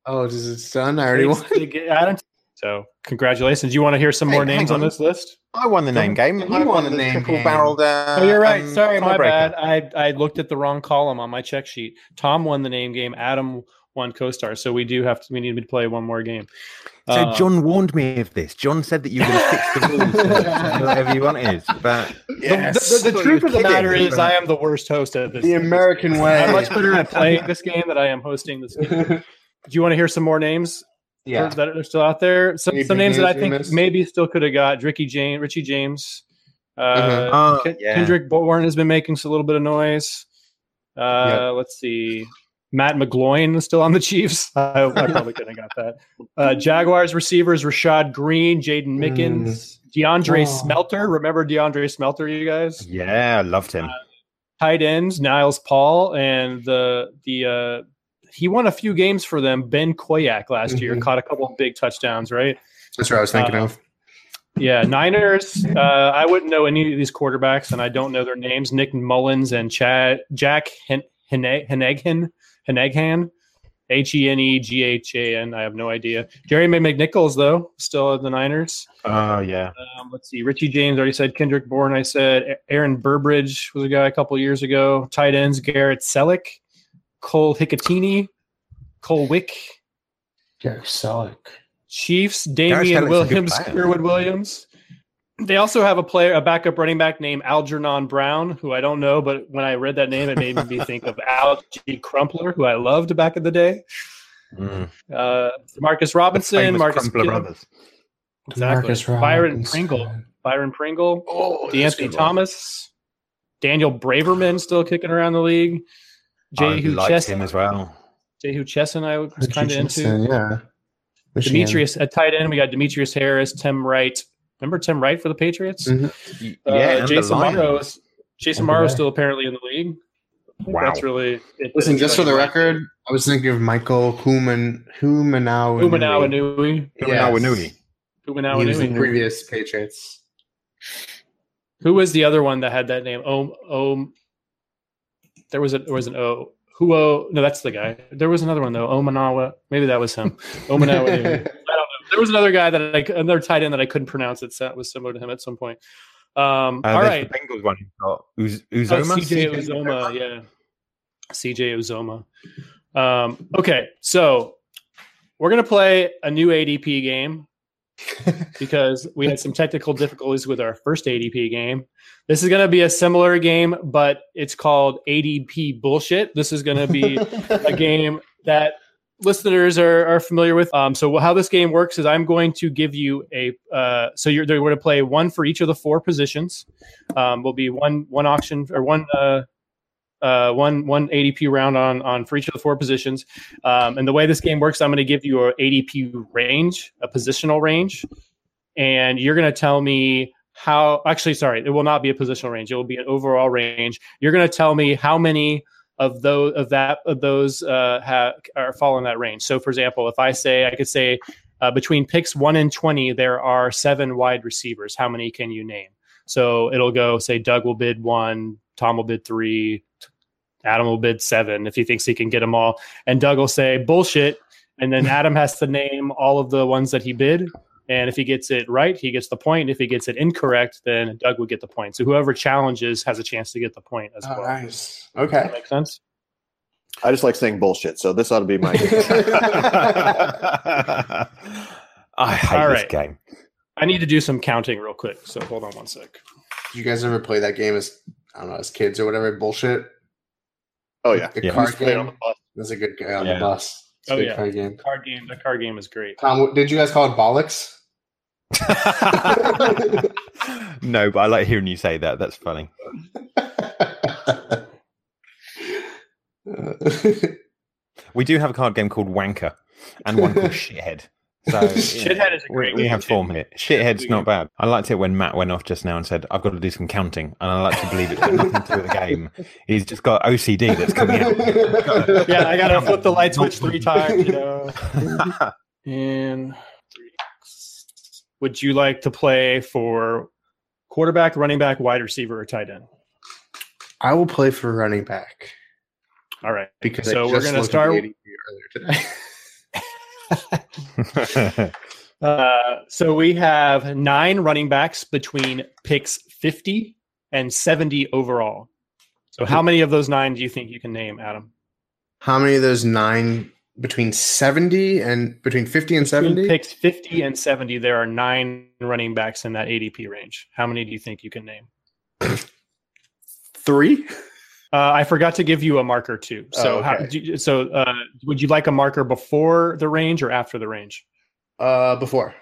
Speaker 5: Oh, is it done? I already won.
Speaker 2: Adam. So congratulations. You want to hear some
Speaker 4: Hey,
Speaker 2: more
Speaker 4: hang
Speaker 2: names on.
Speaker 4: on.
Speaker 2: this list?
Speaker 4: I won the name game.
Speaker 5: You
Speaker 4: I
Speaker 5: won the name game.
Speaker 4: triple-barreled, Uh,
Speaker 2: oh, you're right.
Speaker 4: um,
Speaker 2: Sorry, my
Speaker 4: tiebreaker.
Speaker 2: bad. I, I looked at the wrong column on my check sheet. Tom won the name game. Adam won co-star. So we do have to. We need to play one more game.
Speaker 4: So
Speaker 2: Uh,
Speaker 4: John warned me of this. John said that you can fix the rules, and whatever you want is. But
Speaker 2: The, the, the truth of the
Speaker 4: kidding.
Speaker 2: matter is, I am the worst host at this.
Speaker 5: the American way.
Speaker 2: I'm much better at playing this game than I am hosting this. Game. Do you want to hear some more names
Speaker 5: yeah.
Speaker 2: that are still out there? Some,
Speaker 5: Any
Speaker 2: some
Speaker 5: big
Speaker 2: names that I
Speaker 5: names we
Speaker 2: think
Speaker 5: missed?
Speaker 2: maybe still could have got Ricky James, Richie James, uh,
Speaker 5: Mhm.
Speaker 4: Oh,
Speaker 2: Ken-
Speaker 4: yeah.
Speaker 2: Kendrick Bourne has been making a little bit of noise. Uh,
Speaker 5: Yep.
Speaker 2: Let's see. Matt McGloin is still on the Chiefs. I, I probably couldn't have got that. Uh, Jaguars receivers Rashad Green, Jaden Mickens, DeAndre
Speaker 5: Oh.
Speaker 2: Smelter. Remember DeAndre Smelter, you guys?
Speaker 4: yeah, I loved him.
Speaker 2: tight ends Niles Paul and the the uh, he won a few games for them. Ben Koyak last year
Speaker 5: Mhm.
Speaker 2: caught a couple of big touchdowns, right?
Speaker 5: That's what I was thinking
Speaker 2: Uh,
Speaker 5: of.
Speaker 2: Yeah, Niners. Uh, I wouldn't know any of these quarterbacks, and I don't know their names. Nick Mullins and Chad Jack Hen- Hene- Heneghan Heneghan. H E N E G H A N. I have no idea. Jerry May McNichols, though, still at the Niners.
Speaker 4: Oh yeah.
Speaker 2: Um, let's see. Richie James already said. Kendrick Bourne, I said. A- Aaron Burbridge was a guy a couple years ago. Tight ends Garrett Selleck, Cole Hicatini, Cole Wick,
Speaker 5: Derek Selleck.
Speaker 2: Chiefs
Speaker 4: Garrett Selleck's a
Speaker 2: Damian
Speaker 4: good
Speaker 2: Williams,
Speaker 4: player.
Speaker 2: Sherwood Williams. They also have a player, a backup running back named Algernon Brown, who I don't know, but when I read that name, it made me think of Algie Crumpler, who I loved back in the day.
Speaker 4: Mm.
Speaker 2: Uh, Marcus
Speaker 4: The
Speaker 2: Robinson,
Speaker 4: famous
Speaker 2: Marcus
Speaker 4: Crumpler
Speaker 2: Gill-
Speaker 4: brothers.
Speaker 2: exactly.
Speaker 5: Demarcus
Speaker 2: Byron
Speaker 5: Robinson.
Speaker 2: Pringle, Byron Pringle,
Speaker 5: Oh, that's a
Speaker 2: D'Anthony
Speaker 5: good one.
Speaker 2: Thomas, Daniel Braverman still kicking around the league.
Speaker 4: I
Speaker 2: Jehu
Speaker 4: liked him
Speaker 2: Chesson,
Speaker 4: as well.
Speaker 2: Jehu Chesson, I was
Speaker 5: Richard
Speaker 2: kind of into.
Speaker 5: Jensen, Yeah. Michigan.
Speaker 2: Demetrius at tight end, we got Demetrius Harris, Tim Wright. Remember Tim Wright for the Patriots?
Speaker 5: Mhm.
Speaker 4: Y-
Speaker 2: Uh,
Speaker 4: yeah, and the
Speaker 2: Jason
Speaker 4: Lions.
Speaker 2: Morrow's Jason
Speaker 5: And the
Speaker 2: Morrow's
Speaker 5: Lions.
Speaker 2: still apparently in the league. I think
Speaker 4: Wow.
Speaker 2: that's really. it-
Speaker 5: Listen, just for the
Speaker 2: anyway.
Speaker 5: record, I was thinking of Michael Human Humanau.
Speaker 2: Umanawa Nui,
Speaker 4: Umanawa Nui.
Speaker 5: He was
Speaker 2: Umanawa
Speaker 5: in
Speaker 2: Nui.
Speaker 5: previous Patriots.
Speaker 2: Who was the other one that had that name? Om Om. There was a there was an O. Huo. No, that's the guy. There was another one though. Omanawa. Maybe that was him. Omanawa. Nui. I don't know. There was another guy that I another tight end that I couldn't pronounce. That sa- was similar to him at some point. Um,
Speaker 4: Uh,
Speaker 2: all
Speaker 4: there's
Speaker 2: right.
Speaker 4: the Bengals one. You've got Uz-
Speaker 2: Oh,
Speaker 4: Uzoma.
Speaker 2: CJ Uzoma, yeah. CJ Uzoma. Um, okay, so we're gonna play a new ADP game because we had some technical difficulties with our first ADP game. This is gonna be a similar game, but it's called ADP bullshit. This is gonna be a game that listeners are, are familiar with. Um, so how this game works is I'm going to give you a uh, so you're they're going to play one for each of the four positions. Um, will be one one auction or one. Uh, uh, one one ADP round on on for each of the four positions, um, and the way this game works, I'm going to give you a ADP range, a positional range, and you're going to tell me how. Actually, sorry, it will not be a positional range; it will be an overall range. You're going to tell me how many of those of that of those uh, ha, are fall in that range. So, for example, if I say I could say uh, between picks one and twenty, there are seven wide receivers. How many can you name? So it'll go say Doug will bid one, Tom will bid three, Adam will bid seven if he thinks he can get them all, and Doug will say bullshit, and then Adam has to name all of the ones that he bid. And if he gets it right, he gets the point. If he gets it incorrect, then Doug would get the point. So whoever challenges has a chance to get the point as
Speaker 5: Oh,
Speaker 2: well.
Speaker 5: nice.
Speaker 2: Does that
Speaker 5: Okay.
Speaker 2: make sense?
Speaker 6: I just like saying bullshit, so this ought to be my.
Speaker 4: I hate
Speaker 2: All
Speaker 4: this
Speaker 2: right.
Speaker 4: game.
Speaker 2: I need to do some counting real quick. So hold on one sec.
Speaker 5: you guys ever play that game as I don't know as kids or whatever? Bullshit.
Speaker 6: Oh yeah,
Speaker 5: The
Speaker 4: Yeah.
Speaker 5: card
Speaker 6: Played on
Speaker 5: game.
Speaker 6: the bus.
Speaker 5: That's a good guy on
Speaker 4: Yeah.
Speaker 5: the bus. It's a
Speaker 2: Oh,
Speaker 5: good
Speaker 2: yeah.
Speaker 5: card game.
Speaker 2: Card game. The card game is great.
Speaker 5: Tom, did you guys call it bollocks?
Speaker 4: no, but I like hearing you say that. That's funny. We do have a card game called Wanker and one called Shithead. So yeah,
Speaker 2: Shithead is a
Speaker 4: we,
Speaker 2: great.
Speaker 4: we
Speaker 2: game,
Speaker 4: have
Speaker 2: too.
Speaker 4: form here. Shithead's not bad. I liked it when Matt went off just now and said, "I've got to do some counting," and I like to believe it's got nothing to do with the game. He's just got OCD that's coming out.
Speaker 2: Yeah, I gotta flip the light switch three times. You know. And would you like to play for quarterback, running back, wide receiver, or tight end?
Speaker 5: I will play for running back
Speaker 2: All right.
Speaker 5: because
Speaker 2: So
Speaker 5: I
Speaker 2: we're
Speaker 5: just
Speaker 2: gonna
Speaker 5: looked at
Speaker 2: start-
Speaker 5: the ADP earlier today.
Speaker 2: Uh, so we have nine running backs between picks 50 and 70 overall. So how many of those nine do you think you can name, Adam?
Speaker 5: How many of those nine between seventy and between fifty and
Speaker 2: Between
Speaker 5: seventy?
Speaker 2: picks 50 and 70, there are nine running backs in that ADP range. How many do you think you can name?
Speaker 5: Three.
Speaker 2: Uh, I forgot to give you a marker too. So,
Speaker 5: Oh,
Speaker 2: how,
Speaker 5: okay.
Speaker 2: do you, so uh, would you like a marker before the range or after the range?
Speaker 5: Uh, before.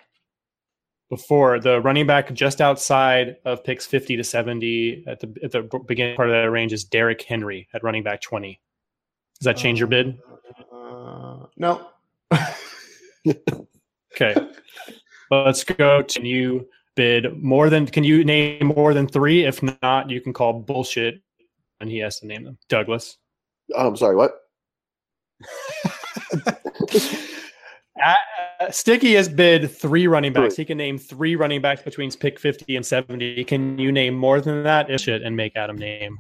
Speaker 2: Before the running back just outside of picks 50 to 70 at the at the beginning part of that range is Derrick Henry at running back 20. Does that change your bid?
Speaker 5: Uh, no.
Speaker 2: Okay. Let's go to you bid more than can you name more than three? If not, you can call bullshit and he has to name them. Douglas.
Speaker 6: Oh, I'm sorry. What?
Speaker 2: Uh, Sticky has bid three running backs. He can name three running backs between pick 50 and 70. Can you name more than that? If shit, and make Adam name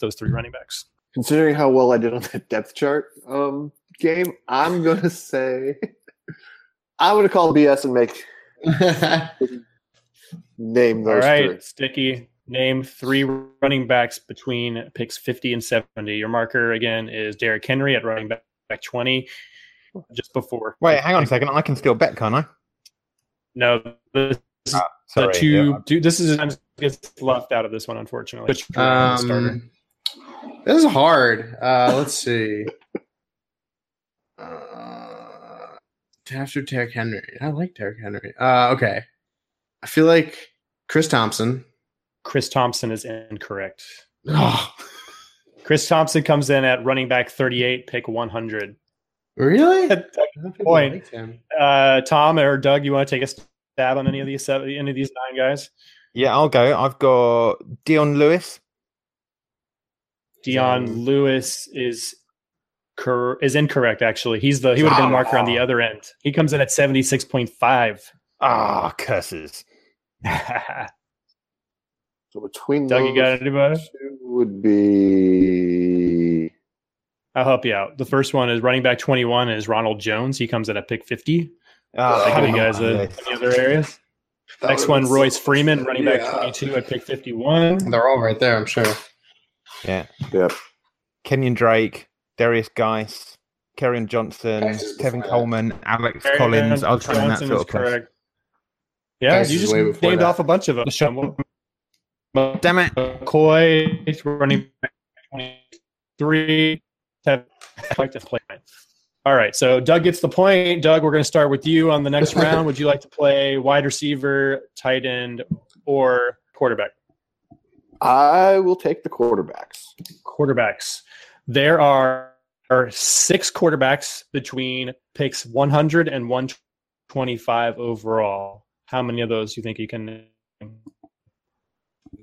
Speaker 2: those three running backs.
Speaker 6: Considering how well I did on that depth chart um, game, I'm gonna say I'm gonna call BS and make
Speaker 5: Um,
Speaker 6: name
Speaker 2: All
Speaker 6: those
Speaker 2: right,
Speaker 6: three.
Speaker 2: Sticky, name three running backs between picks 50 and 70. Your marker again is Derrick Henry at running back, back 20, just before.
Speaker 4: Wait, hang on a second. I can still bet, can't I?
Speaker 2: No, the,
Speaker 4: Sorry.
Speaker 2: the two, two. This is I'm gets left out of this one, unfortunately. Which starter?
Speaker 5: Um, this is hard. Uh, let's see. Uh, after Derrick Henry, I like Derrick Henry. Uh, okay, I feel like Chris Thompson.
Speaker 2: Chris Thompson is incorrect.
Speaker 5: Oh,
Speaker 2: Chris Thompson comes in at running back 38, pick 100.
Speaker 5: really?
Speaker 2: At that
Speaker 5: I think I
Speaker 2: point.
Speaker 5: liked him.
Speaker 2: Uh, Tom or Doug, you want to take a stab on any of these seven, any of these nine guys?
Speaker 4: Yeah, I'll go. I've got Dion Lewis.
Speaker 2: Dion
Speaker 5: Um,
Speaker 2: Lewis is cor- is incorrect. Actually, he's the he would have been marker on
Speaker 5: Ah.
Speaker 2: the other end. He comes in at 76.5.
Speaker 4: Ah, curses.
Speaker 2: Doug,
Speaker 6: So between
Speaker 2: you got anybody?
Speaker 6: two would be
Speaker 2: I'll help you out. The first one is running back 21 is Ronald Jones. He comes in at pick 50.
Speaker 4: Ah,
Speaker 2: How do you
Speaker 4: come
Speaker 2: guys
Speaker 4: on.
Speaker 2: uh, any other areas?
Speaker 5: That
Speaker 2: Next
Speaker 5: would've
Speaker 2: one,
Speaker 5: been
Speaker 2: Royce
Speaker 5: so-
Speaker 2: Freeman, running back
Speaker 5: Yeah.
Speaker 2: 22 at pick 51.
Speaker 5: They're all right there, I'm sure.
Speaker 4: Yeah.
Speaker 6: Yep.
Speaker 4: Kenyon Drake, Darius Geis, Kerryon Johnson,
Speaker 5: Geis is
Speaker 4: Kevin
Speaker 5: before that.
Speaker 4: Coleman, Alex Collins. I'll try in that
Speaker 2: Johnson
Speaker 4: sort
Speaker 2: is
Speaker 4: of place.
Speaker 2: correct. Yeah,
Speaker 5: Guys
Speaker 2: you
Speaker 5: is
Speaker 2: just
Speaker 5: way before
Speaker 2: named
Speaker 5: that.
Speaker 2: off a bunch of them.
Speaker 4: Damn it.
Speaker 2: McCoy, running back 23, have effective play. All right, so Doug gets the point. Doug, we're going to start with you on the next round. Would you like to play wide receiver, tight end, or quarterback?
Speaker 6: I will take the quarterbacks.
Speaker 2: quarterbacks. There are, are six quarterbacks between picks 100 and 125 overall. How many of those do you think you can? name?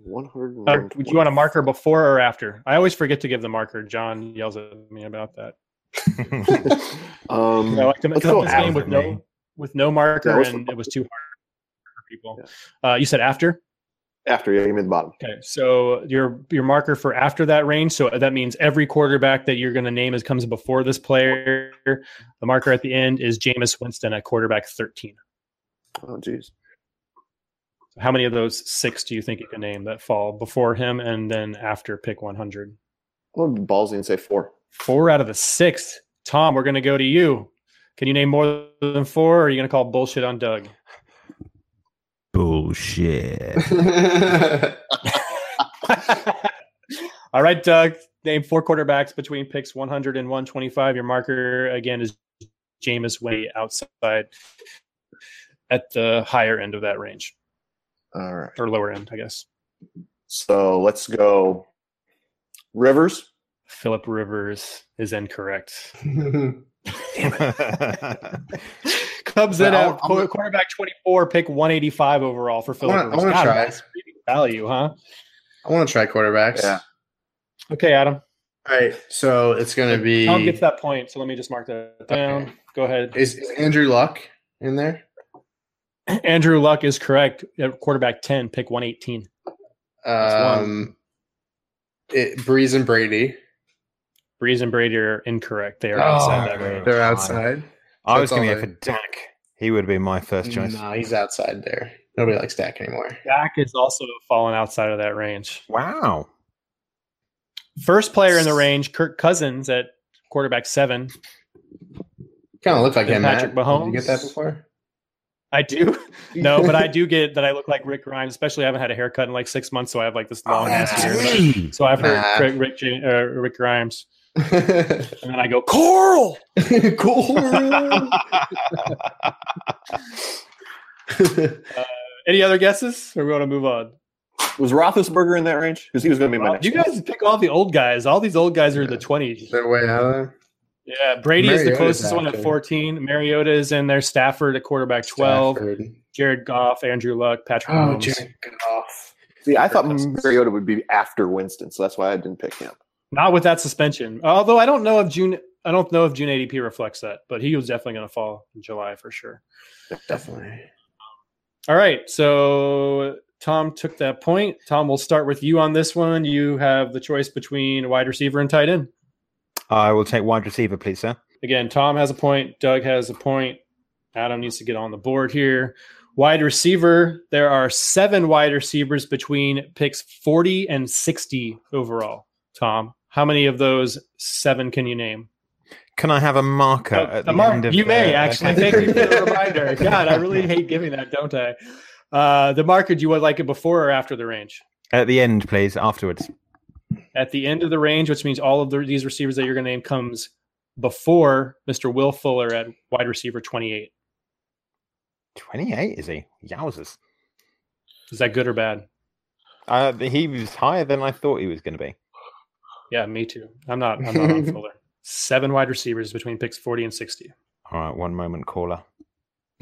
Speaker 6: One hundred.
Speaker 2: Uh, do you want a marker before or after? I always forget to give the marker. John yells at me about that.
Speaker 6: Um,
Speaker 2: I like to make
Speaker 6: let's
Speaker 2: up
Speaker 6: go
Speaker 2: this game
Speaker 4: after
Speaker 2: with no
Speaker 4: me.
Speaker 2: with no marker,
Speaker 6: Yeah, let's-
Speaker 2: and it was too hard for people. Uh, you said after.
Speaker 6: after yeah, give me the bottom.
Speaker 2: Okay, so your your marker for after that range, so that means every quarterback that you're going to name is comes before this player. The marker at the end is Jameis Winston at quarterback 13.
Speaker 6: Oh, jeez.
Speaker 2: So how many of those six do you think you can name that fall before him and then after pick 100?
Speaker 6: I'm gonna be ballsy and say four.
Speaker 2: Four out of the six. Tom, we're going to go to you. Can you name more than four, or are you going to call bullshit on Doug?
Speaker 4: Bullshit.
Speaker 2: All right, Doug, Name four quarterbacks between picks 100 and 125. Your marker again is Jameis way outside at the higher end of that range
Speaker 6: All right.
Speaker 2: or lower end, I guess.
Speaker 6: So let's go. Rivers.
Speaker 2: Philip Rivers is incorrect. Cubs that
Speaker 5: Well, I'll-
Speaker 2: have
Speaker 5: I'm
Speaker 2: qu-
Speaker 5: gonna-
Speaker 2: quarterback 24, pick 185 overall for Philip
Speaker 5: wanna- I
Speaker 2: Rivers.
Speaker 5: wanna
Speaker 2: God,
Speaker 5: try.
Speaker 2: that's pretty good value, huh?
Speaker 5: I want to try quarterbacks.
Speaker 6: Yeah.
Speaker 2: Okay, Adam.
Speaker 5: All right. So it's going to be.
Speaker 2: Tom gets that point, so let me just mark that down. Go ahead.
Speaker 5: Is, is Andrew Luck in there?
Speaker 2: Andrew Luck is correct. at Quarterback 10, pick 118. That's
Speaker 5: Um, it, Breeze and Brady.
Speaker 2: Breeze and Brady are incorrect. They are
Speaker 5: Oh,
Speaker 2: outside that range.
Speaker 5: They're
Speaker 4: Come on.
Speaker 5: outside.
Speaker 4: I was
Speaker 5: That's
Speaker 4: going to
Speaker 5: all
Speaker 4: go
Speaker 5: I-
Speaker 4: for Dak. He would be my first choice.
Speaker 5: No, he's outside there. Nobody likes Dak anymore.
Speaker 2: Dak is also falling outside of that range.
Speaker 4: Wow.
Speaker 2: First player in the range, Kirk Cousins at quarterback seven.
Speaker 5: Kind of look like
Speaker 2: Then
Speaker 5: him.
Speaker 2: Patrick
Speaker 5: Matt. Did
Speaker 2: Mahomes.
Speaker 5: you get that before?
Speaker 2: I do. No, but I do get that I look like Rick Grimes, especially I haven't had a haircut in like six months, so I have like this long ass
Speaker 5: yeah.
Speaker 2: beard. So I've heard
Speaker 5: Oh, Nah.
Speaker 2: Rick, Rick, Jan- uh, Rick Grimes, and then I go Coral.
Speaker 5: cool.
Speaker 2: Any other guesses, or we want to move on?
Speaker 6: Was Roethlisberger in that range? Because he was going to be my next.
Speaker 2: You guys pick all the old guys. All these old guys are in the twenties.
Speaker 5: They're way out of there.
Speaker 2: Yeah, Brady is the
Speaker 5: Mariota's
Speaker 2: closest one
Speaker 5: after.
Speaker 2: at fourteen. Mariota is in there. Stafford at quarterback twelve.
Speaker 5: Stafford.
Speaker 2: Jared Goff, Andrew Luck, Patrick
Speaker 5: Oh,
Speaker 2: Mahomes.
Speaker 5: Jared Goff.
Speaker 6: See, I thought
Speaker 2: Cousins.
Speaker 6: Mariota would be after Winston, so that's why I didn't pick him.
Speaker 2: Not with that suspension. Although I don't know if June I don't know if June ADP reflects that, but he was definitely going to fall in July for sure.
Speaker 5: Definitely.
Speaker 2: All right. So Tom took that point. Tom, we'll start with you on this one. You have the choice between wide receiver and tight end.
Speaker 4: I will take wide receiver, please, sir.
Speaker 2: Again, Tom has a point. Doug has a point. Adam needs to get on the board here. Wide receiver, there are seven wide receivers between picks 40 and 60 overall. Tom, how many of those seven can you name?
Speaker 4: Can I have a marker?
Speaker 2: Uh,
Speaker 4: at the
Speaker 2: Amar,
Speaker 4: end of
Speaker 2: you may
Speaker 4: the-
Speaker 2: actually.
Speaker 4: okay.
Speaker 2: Thank you for the reminder. God, I really hate giving that, don't I? Uh, the marker, do you would like it before or after the range?
Speaker 4: At the end, please. Afterwards.
Speaker 2: At the end of the range, which means all of the, these receivers that you're going to name comes before Mr. Will Fuller at wide receiver 28.
Speaker 4: Twenty-eight is he? Yowzers.
Speaker 2: Is that good or bad?
Speaker 4: Uh, he was higher than I thought he was going to be.
Speaker 2: Yeah, me too. I'm not. I'm not on Fuller. Seven wide receivers between picks 40 and 60.
Speaker 4: All right, one moment, caller.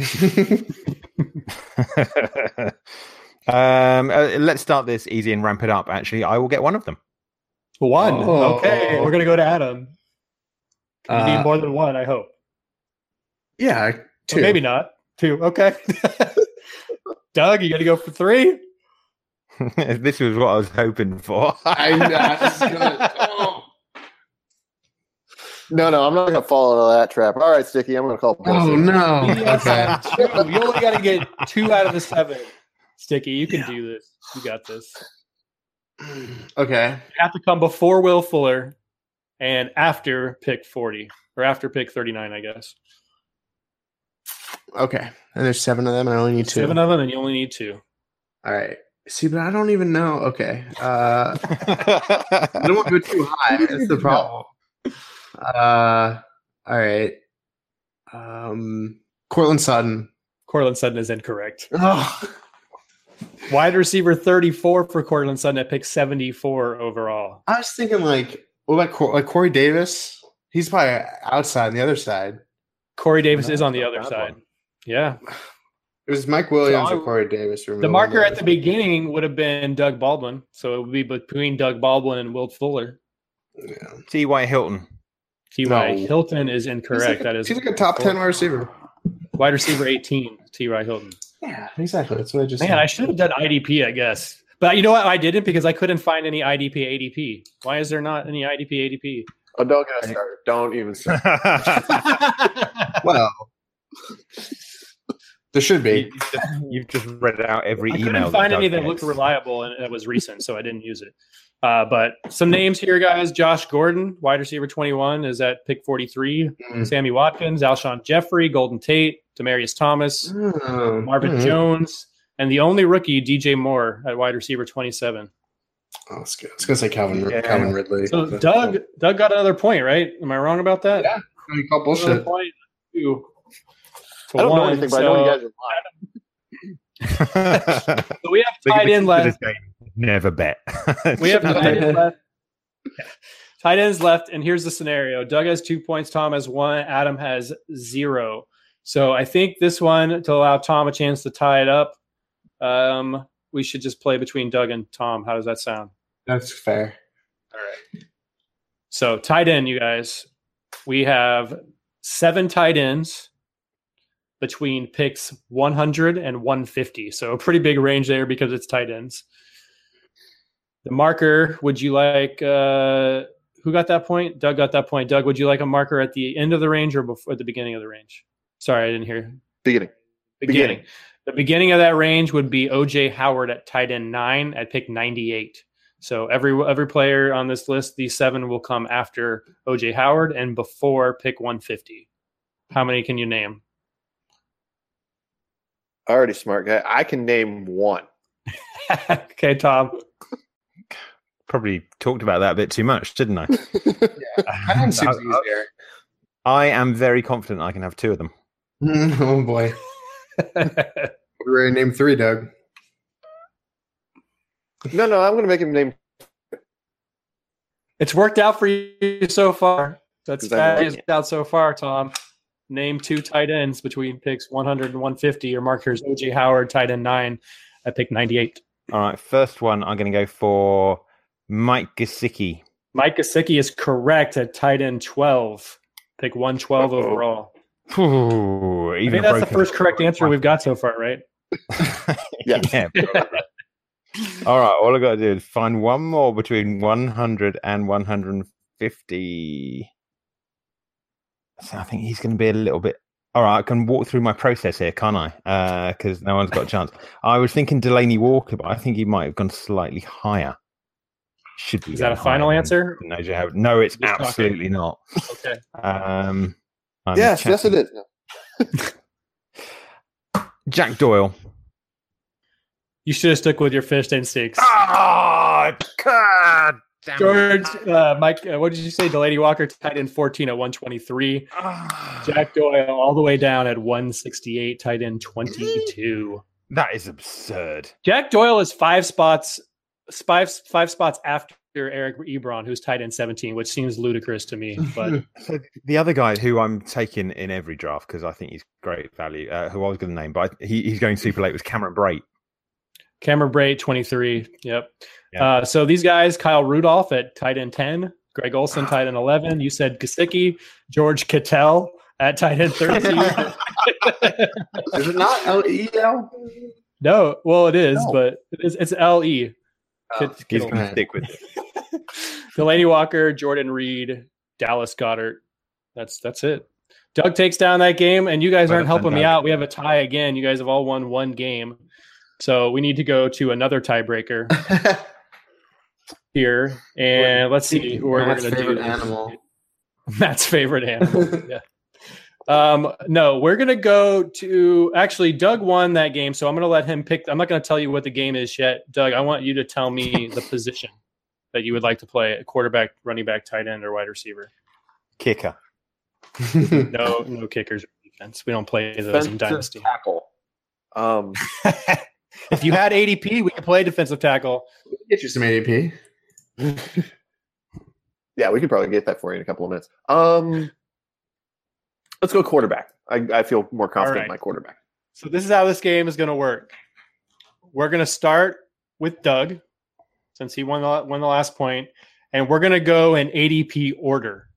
Speaker 4: um, uh, let's start this easy and ramp it up. Actually, I will get one of them.
Speaker 2: One.
Speaker 5: Oh.
Speaker 2: Okay, we're going to go to Adam. You
Speaker 5: Uh,
Speaker 2: need more than one, I hope.
Speaker 5: yeah,
Speaker 2: Or
Speaker 5: two.
Speaker 2: Maybe not. Two. Okay. Doug, you got to go for three.
Speaker 4: this was what I was hoping for.
Speaker 5: I know. I was gonna- oh.
Speaker 6: No, no, I'm not going to fall into that trap. All right, Sticky, I'm going to call.
Speaker 5: Oh,
Speaker 6: bullshit.
Speaker 5: no.
Speaker 2: Yes,
Speaker 5: Okay.
Speaker 2: Two. You only got to get two out of the seven. Sticky, you can do this. You got this.
Speaker 5: Okay.
Speaker 2: You have to come before Will Fuller and after pick 40 or after pick 39, I guess.
Speaker 5: Okay. And there's seven of them, and I only need two.
Speaker 2: Seven of them, and you only need two.
Speaker 5: All right. See, but I don't even know. Okay. Uh, I don't want to go too high. That's the problem. Uh, all right. Um, Cortland Sutton.
Speaker 2: Cortland Sutton is incorrect.
Speaker 5: Oh,
Speaker 2: Wide receiver 34 for Cortland Sutton at pick 74 overall.
Speaker 5: I was thinking like, what about Cor- like Corey Davis? He's probably outside on the other side.
Speaker 2: Corey Davis is on the
Speaker 4: Not a
Speaker 2: other
Speaker 4: bad
Speaker 2: side.
Speaker 4: one.
Speaker 2: Yeah.
Speaker 5: It was Mike Williams
Speaker 2: So I-
Speaker 5: or Corey Davis.
Speaker 2: The marker at the beginning would have been Doug Baldwin. So it would be between Doug Baldwin and Wilt Fuller.
Speaker 4: T. Y. Hilton.
Speaker 2: T.Y.
Speaker 5: No.
Speaker 2: Hilton is incorrect. that is
Speaker 5: He's like a top ten wide receiver.
Speaker 2: wide receiver 18, T.Y. Hilton.
Speaker 5: Yeah, exactly. That's what I just.
Speaker 2: Man, I should have done IDP, I guess. But you know what? I didn't because I couldn't find any IDP ADP. Why is there not any IDP
Speaker 6: Oh, don't get us started. Don't even start.
Speaker 2: ADP?
Speaker 5: Well, there should be.
Speaker 4: You- you've just- You've just read out every
Speaker 2: I
Speaker 4: email.
Speaker 2: couldn't find
Speaker 4: Doug
Speaker 2: any that
Speaker 4: gets.
Speaker 2: looked reliable and that was recent, so I didn't use it. Uh, but some names here, guys: Josh Gordon, wide receiver, twenty-one, is at pick forty-three.
Speaker 5: Mm.
Speaker 2: Sammy Watkins, Alshon Jeffrey, Golden Tate, Demarius Thomas,
Speaker 5: Oh,
Speaker 2: Marvin
Speaker 5: all right.
Speaker 2: Jones, and the only rookie, DJ Moore, at wide receiver, twenty-seven.
Speaker 5: Oh, I was gonna I was gonna say Calvin,
Speaker 4: Yeah.
Speaker 5: Calvin Ridley.
Speaker 2: So Doug, Doug got another point, right? Am I wrong about that?
Speaker 5: Yeah, I mean, call
Speaker 2: Another
Speaker 5: bullshit.
Speaker 2: point, two to
Speaker 6: I don't know
Speaker 2: one,
Speaker 6: anything, but I know you
Speaker 2: so-
Speaker 6: guys are lying.
Speaker 2: so we have
Speaker 4: Look at
Speaker 2: tied
Speaker 4: the
Speaker 2: in
Speaker 4: key to
Speaker 2: last.
Speaker 4: this game. Never bet.
Speaker 2: We have
Speaker 5: Shut up.
Speaker 2: tight ends left. Tight ends left, and here's the scenario: Doug has two points, Tom has one, Adam has zero. So I think this one to allow Tom a chance to tie it up, um, we should just play between Doug and Tom. How does that sound?
Speaker 5: That's fair.
Speaker 2: So tight end, you guys, we have seven tight ends between picks 100 and 150. So a pretty big range there because it's tight ends. The marker, would you like? Uh, who got that point? Doug got that point. Doug, would you like a marker at the end of the range or before at the beginning of the range? Sorry, I didn't hear.
Speaker 6: Beginning.
Speaker 2: Beginning.
Speaker 6: Beginning.
Speaker 2: The beginning of that range would be OJ Howard at tight end nine at pick 98. So every every player on this list, these seven will come after OJ Howard and before pick 150. How many can you name?
Speaker 6: Already smart guy. I can name one.
Speaker 2: okay, Tom.
Speaker 4: Probably talked about that a bit too much, didn't I?
Speaker 5: Tight end seems
Speaker 4: I-
Speaker 5: easier.
Speaker 4: I am very confident I can have two of them.
Speaker 5: Mm, oh boy,
Speaker 2: okay,
Speaker 5: we already named three, Doug.
Speaker 6: No, no, I'm going to make him name.
Speaker 2: it's worked out for you so far. That's
Speaker 6: Because I'm
Speaker 2: that
Speaker 6: like
Speaker 2: is out so far, Tom. Name two tight ends between picks 100 and 150. Your marker is OJ Howard, tight end nine at pick 98.
Speaker 4: All right, first one I'm going to go for Mike Gesicki.
Speaker 2: Mike Gesicki is correct at tight end 12, pick 112
Speaker 6: Uh-oh.
Speaker 2: overall.
Speaker 4: Ooh,
Speaker 2: I
Speaker 4: even
Speaker 2: think that's the first correct answer we've got so far, right?
Speaker 6: Yeah.
Speaker 4: yeah. all right, all I got to do is find one more between 100 and 150. So I think he's going to be a little bit. All right, I can walk through my process here, can't I? Because no one's got a chance. I was thinking Delaney Walker, but I think he might have gone slightly higher. Should be
Speaker 2: Is that a
Speaker 4: going higher
Speaker 2: final
Speaker 4: than-
Speaker 2: answer?
Speaker 4: than OJ Howard. No, it's
Speaker 2: Just talking.
Speaker 4: absolutely not.
Speaker 2: Okay.
Speaker 4: Um, I'm
Speaker 6: yes, yes, it
Speaker 4: checking.
Speaker 6: is.
Speaker 4: Jack Doyle.
Speaker 2: You should have stuck with your first instincts.
Speaker 4: Oh, God Ah, damn
Speaker 2: George, uh, Mike, uh, what did you say? Delaney Walker, tight end 14 at 123.
Speaker 4: Ah.
Speaker 2: Jack Doyle, all the way down at 168, tight end 22.
Speaker 4: That is absurd.
Speaker 2: Jack Doyle is five spots, five, five spots after Eric Ebron, who's tight end 17, which seems ludicrous to me. But
Speaker 4: So the other guy who I'm taking in every draft because I think he's great value, uh, who I was going to name, but I, he, he's going super late, was Cameron Brait.
Speaker 2: Cameron Bray, 23. Yep.
Speaker 4: Yeah.
Speaker 2: Uh, so these guys, Kyle Rudolph at tight end 10, Greg Olson, tight end 11. You said Gasicki, George Cattell at tight end 13.
Speaker 5: Is it not L E L?
Speaker 2: no, well, it is,
Speaker 5: No.
Speaker 2: but it is, it's L.E. Kit-
Speaker 4: He's
Speaker 2: Kittle.
Speaker 4: going to stick with it.
Speaker 2: Delaney Walker, Jordan Reed, Dallas Goddard. That's that's it. Doug takes down that game, and you guys
Speaker 4: Well
Speaker 2: aren't helping
Speaker 4: done,
Speaker 2: me
Speaker 4: Doug.
Speaker 2: out. We have a tie again. You guys have all won one game, so we need to go to another tiebreaker here. And let's see who we're
Speaker 5: Matt's
Speaker 2: going to do.
Speaker 5: favorite
Speaker 2: this.
Speaker 5: animal.
Speaker 2: Matt's favorite animal. Um, no, we're gonna go to actually Doug won that game, so I'm gonna let him pick. I'm not gonna tell you what the game is yet, Doug. I want you to tell me the position that you would like to play: quarterback, running back, tight end, or wide receiver.
Speaker 4: Kicker.
Speaker 2: No, no kickers or defense. We don't play those in dynasty.
Speaker 6: tackle. Um,
Speaker 2: If you had ADP, we could play defensive tackle.
Speaker 5: Get you some ADP.
Speaker 6: yeah, we could probably get that for you in a couple of minutes. Um, let's go quarterback. I, I feel more confident
Speaker 2: right.
Speaker 6: in my quarterback.
Speaker 2: So this is how this game is gonna work. We're gonna start with Doug, since he won the won the last point, and we're gonna go in ADP order.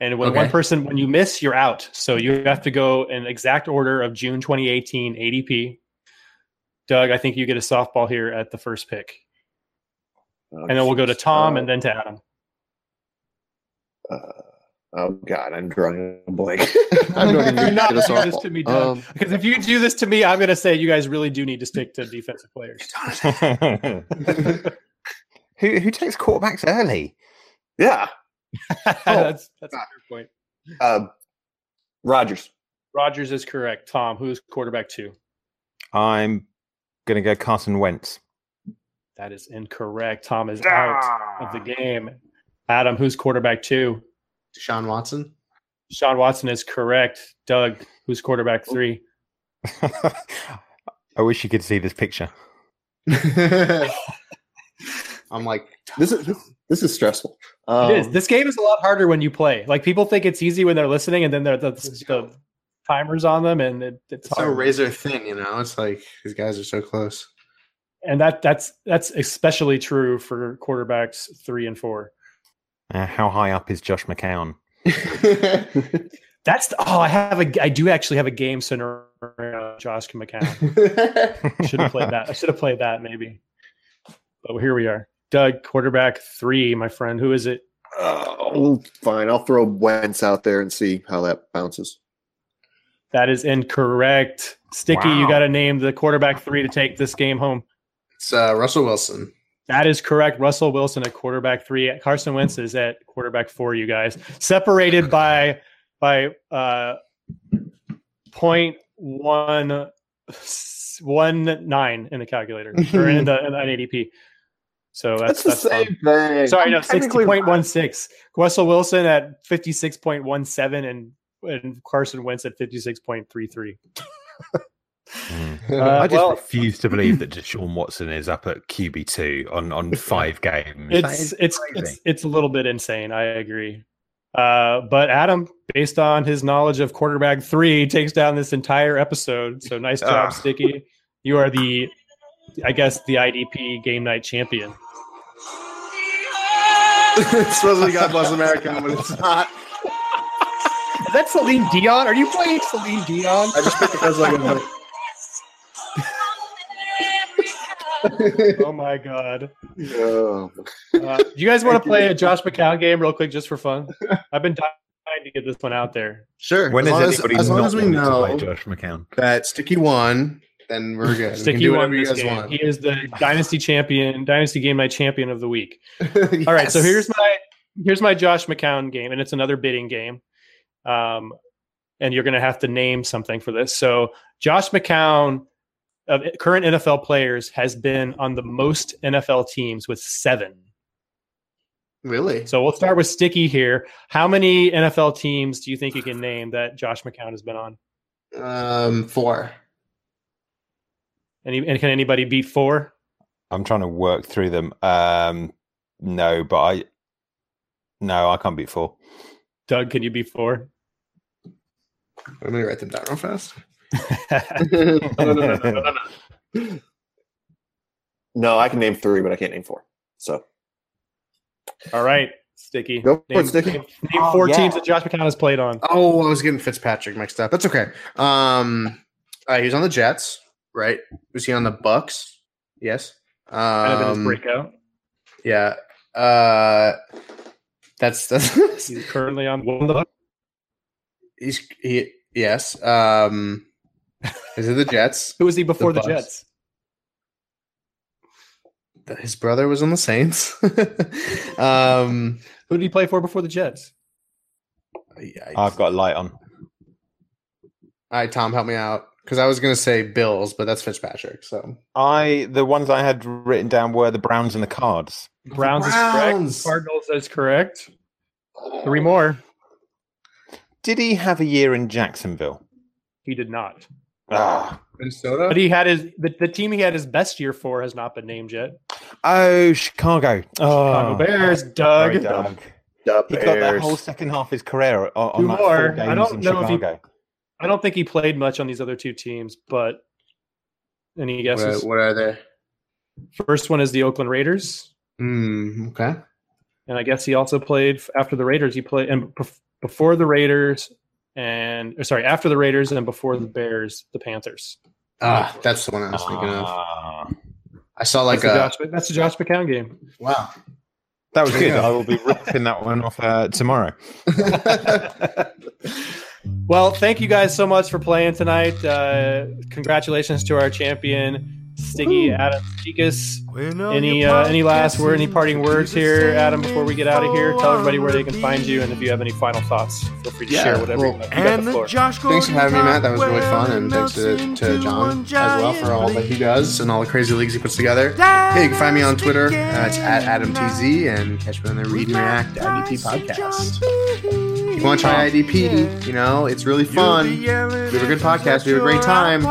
Speaker 2: And when one
Speaker 5: Okay.
Speaker 2: person, when you miss, you're out. So you have to go in exact order of June 2018 ADP. Doug, I think you get a softball here at the first pick, and then we'll go to Tom and then to Adam.
Speaker 6: Uh, oh God, I'm drawing a blank. I'm going
Speaker 2: Do
Speaker 6: to
Speaker 2: not
Speaker 6: get a
Speaker 2: do this
Speaker 6: softball.
Speaker 2: to me, Doug.
Speaker 6: Um,
Speaker 2: Because if you do this to me, I'm going to say you guys really do need to stick to defensive players.
Speaker 4: who who takes quarterbacks early?
Speaker 6: yeah,
Speaker 2: Oh. that's that's a fair point.
Speaker 6: uh, Rogers.
Speaker 2: Rogers is correct. Tom, who's quarterback two?
Speaker 4: I'm going to go Carson Wentz.
Speaker 2: That is incorrect. Tom is out of the game. Adam, who's quarterback two?
Speaker 5: Deshaun Watson.
Speaker 2: Sean Watson is correct. Doug, who's quarterback three?
Speaker 4: I wish you could see this picture.
Speaker 5: I'm like,
Speaker 6: This is this, this is stressful. Um,
Speaker 2: it is. This game is a lot harder when you play. Like people think it's easy when they're listening, and then they're the, the timers on them, and it, it's,
Speaker 5: it's so
Speaker 2: hard.
Speaker 5: razor thin, you know. It's like these guys are so close.
Speaker 2: and that that's that's especially true for quarterbacks three and four.
Speaker 4: Uh, how high up is Josh McCown?
Speaker 2: That's oh, I have a I do actually have a game scenario. on Josh McCown should have played that. I should have played that maybe. But here we are. Doug, quarterback three, my friend. Who is it?
Speaker 6: Oh, fine. I'll throw Wentz out there and see how that bounces.
Speaker 2: That is incorrect. Sticky, you
Speaker 4: Wow.
Speaker 2: got to name the quarterback three to take this game home.
Speaker 5: it's uh, Russell Wilson.
Speaker 2: That is correct. Russell Wilson at quarterback three. Carson Wentz is at quarterback four. You guys separated by by uh, point one s- one nine in the calculator or in the in an ADP. So that's, that's, fun.
Speaker 6: thing.
Speaker 2: Sorry, no,
Speaker 6: I'm technically
Speaker 2: sixty point one six. Russell Wilson at fifty six point one seven, and and Carson Wentz at fifty six point three three.
Speaker 4: Mm.
Speaker 2: Uh,
Speaker 4: I just
Speaker 2: well-
Speaker 4: refuse to believe that Deshaun Watson is up at QB two on on five games. That
Speaker 2: it's
Speaker 4: is
Speaker 2: it's,
Speaker 4: crazy.
Speaker 2: it's it's a little bit insane. I agree. Uh, but Adam, based on his knowledge of quarterback three, takes down this entire episode. So nice job,
Speaker 4: Ah.
Speaker 2: Sticky. You are the, I guess, the IDP game night champion.
Speaker 5: it's supposed to be God Bless America, but it's not.
Speaker 2: Is that Celine Dion? Are you playing Celine Dion?
Speaker 5: I just picked it as like a
Speaker 2: oh my god!
Speaker 6: Oh,
Speaker 2: Uh, do you guys want to play a Josh McCown game real quick, just for fun? I've been dying to get this one out there.
Speaker 5: sure.
Speaker 4: when
Speaker 5: as
Speaker 4: is
Speaker 5: long as,
Speaker 4: anybody
Speaker 5: as long
Speaker 4: not
Speaker 5: as we
Speaker 4: wanted to play
Speaker 5: know
Speaker 4: Josh McCown?
Speaker 5: that Sticky won, then we're good. we can
Speaker 2: Sticky
Speaker 5: do
Speaker 2: won
Speaker 5: whatever you
Speaker 2: this
Speaker 5: guys
Speaker 2: game.
Speaker 5: want.
Speaker 2: He is the dynasty champion, dynasty game night champion of the week. All right, so here's my here's my Josh McCown game, and it's another bidding game. Um, and you're going to have to name something for this. So Josh McCown of current NFL players has been on the most NFL teams with seven.
Speaker 5: really.
Speaker 2: So we'll start with Sticky here. How many NFL teams do you think you can name that Josh McCown has been on?
Speaker 5: Um, four.
Speaker 2: Any, and can anybody beat four?
Speaker 4: I'm trying to work through them. Um, no, but I no, I can't beat four.
Speaker 2: Doug, can you beat four?
Speaker 5: Let me write them down real fast.
Speaker 6: no, I can name three, but I can't name four. So
Speaker 2: All right, Sticky.
Speaker 6: Go for it,
Speaker 2: Name-
Speaker 6: Sticky.
Speaker 2: Name, name four teams that Josh McCown has played on.
Speaker 5: Oh, I was getting Fitzpatrick mixed up. That's okay. Um, uh, he was on the Jets, right? Was he on the Bucks? Yes.
Speaker 2: Kind of in his
Speaker 5: Um,
Speaker 2: breakout.
Speaker 5: yeah. Uh, that's that's
Speaker 2: He's currently on one of the
Speaker 5: he's he yes. Um, is it the Jets?
Speaker 2: Who was he before the,
Speaker 5: Bucks.
Speaker 2: Jets?
Speaker 5: His brother was on the Saints. um,
Speaker 2: Who did he play for before the Jets?
Speaker 4: I've got a light on.
Speaker 5: All right, Tom, help me out because I was gonna say Bills, but that's Fitzpatrick. So
Speaker 4: I the ones I had written down were the Browns and the Cards.
Speaker 2: Browns, is
Speaker 5: Browns.
Speaker 2: correct. Cardinals is correct. Three more.
Speaker 4: Did he have a year in Jacksonville?
Speaker 2: He did not.
Speaker 4: Ah.
Speaker 5: Minnesota.
Speaker 2: But he had his the, the team he had his best year for has not been named yet.
Speaker 4: Oh, Chicago.
Speaker 2: Chicago
Speaker 4: Oh,
Speaker 2: Uh, Bears,
Speaker 4: sorry,
Speaker 2: Doug.
Speaker 4: Doug.
Speaker 6: the
Speaker 4: He got that
Speaker 6: Bears.
Speaker 4: whole second half of his career on,
Speaker 2: Two
Speaker 4: on that
Speaker 2: more.
Speaker 4: four
Speaker 2: I
Speaker 4: games
Speaker 2: don't
Speaker 4: in
Speaker 2: know if he-
Speaker 4: Chicago.
Speaker 2: I don't think he played much on these other two teams, but any
Speaker 5: what,
Speaker 2: guesses?
Speaker 5: what are they?
Speaker 2: First one is the Oakland Raiders,
Speaker 5: Hmm. okay.
Speaker 2: and I guess he also played f- after the Raiders. He played and bef- before the Raiders, and or sorry, after the Raiders and before the Bears, the Panthers.
Speaker 5: Ah, that's the one I was thinking of.
Speaker 4: Ah.
Speaker 5: I saw like
Speaker 2: that's, the
Speaker 5: a
Speaker 2: Josh, that's the Josh McCown game.
Speaker 5: wow.
Speaker 4: That was good.
Speaker 5: Yeah.
Speaker 4: I will be ripping that one off uh, tomorrow.
Speaker 2: Well, thank you guys so much for playing tonight. Uh, congratulations to our champion, Stingy Adam Cheekus.
Speaker 5: Oh,
Speaker 3: Any uh, any last word, any parting words here, Adam, before we get out of here? Tell everybody where they can find you, and
Speaker 2: if you have any final thoughts, feel free to
Speaker 5: Yeah,
Speaker 2: share whatever
Speaker 5: well,
Speaker 2: you, have. you got
Speaker 3: and
Speaker 2: the
Speaker 3: the
Speaker 2: floor.
Speaker 3: Josh
Speaker 5: Thanks for having me, Matt. That was really fun, and
Speaker 3: Gordon
Speaker 5: thanks to,
Speaker 3: Wells
Speaker 5: to
Speaker 3: into
Speaker 5: John
Speaker 3: one
Speaker 5: as well for all that he
Speaker 3: giant
Speaker 5: does and all the crazy leagues he puts together. Yeah, you can find me on Twitter. Uh, it's at AdamTZ, and catch me on the Read and React IDP podcast. If you want to try IDP, you know it's really fun.
Speaker 3: fun. We
Speaker 5: You
Speaker 3: have a good podcast. We have a great time.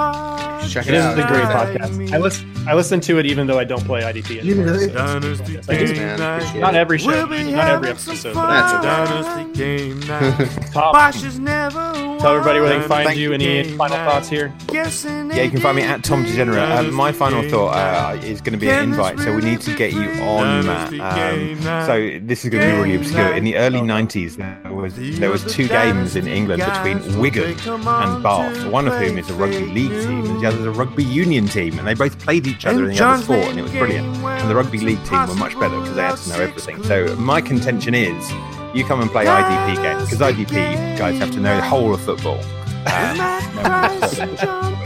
Speaker 3: Check
Speaker 2: It
Speaker 5: It
Speaker 2: is
Speaker 5: is
Speaker 2: a
Speaker 5: out.
Speaker 2: great podcast. I listen, I listen to it even though I don't play IDP.
Speaker 5: You
Speaker 2: anymore,
Speaker 5: really-
Speaker 2: so it's-
Speaker 3: Dynasty
Speaker 2: I do.
Speaker 5: Thanks, man. Appreciate
Speaker 2: Not every show,
Speaker 3: We'll be
Speaker 2: not every
Speaker 3: having some
Speaker 2: episode.
Speaker 3: fun.
Speaker 2: But
Speaker 5: That's
Speaker 3: Dynasty game night.
Speaker 2: top.
Speaker 3: Bosch is never
Speaker 2: Tell everybody where they can find
Speaker 4: Thank
Speaker 2: you. Any final thoughts here?
Speaker 4: Yeah, you can find me at Tom Degenerate. Um, my final thought uh, is going to be an invite, so we need to get you on, Matt. Um, so this is going to be really obscure. In the early '90s, there was there was two games in England between Wigan and Bath. One of whom is a rugby league team, and the other is a rugby union team, and they both played each other in the other sport, and it was brilliant. And the rugby league team were much better because they had to know everything. So my contention is, you come and play IDP games because IDP guys have to know the whole of football. Um, so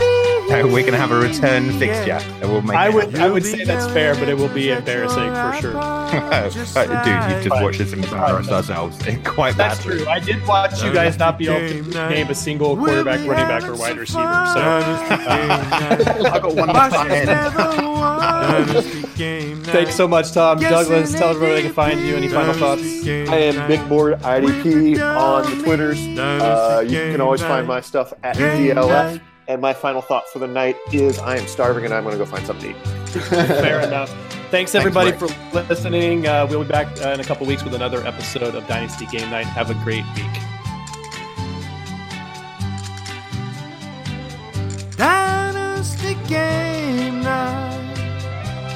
Speaker 4: we're going to have a return fixture, and we'll make.
Speaker 2: I
Speaker 4: it
Speaker 2: would,
Speaker 4: happen.
Speaker 2: I would say that's fair, but it will be embarrassing for sure.
Speaker 4: Uh, dude, you've just watched us embarrass ourselves quite
Speaker 2: That's
Speaker 4: badly.
Speaker 2: true. I did watch you guys not be able to name a single quarterback, running back, or wide receiver. So
Speaker 4: I got one
Speaker 2: thanks so much, Tom. Douglas, tell everybody where they can find you. Any final thoughts?
Speaker 6: I am Big Board IDP on the Twitters. Uh, you can always find my stuff at DLF. And my final thought for the night is I am starving and I'm going to go find something to eat.
Speaker 2: Fair enough. Thanks everybody
Speaker 4: Rick.
Speaker 2: for listening. Uh, we'll be back uh, in a couple weeks with another episode of Dynasty Game Night. Have a great week.
Speaker 3: Dynasty Game Night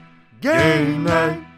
Speaker 3: Game, night.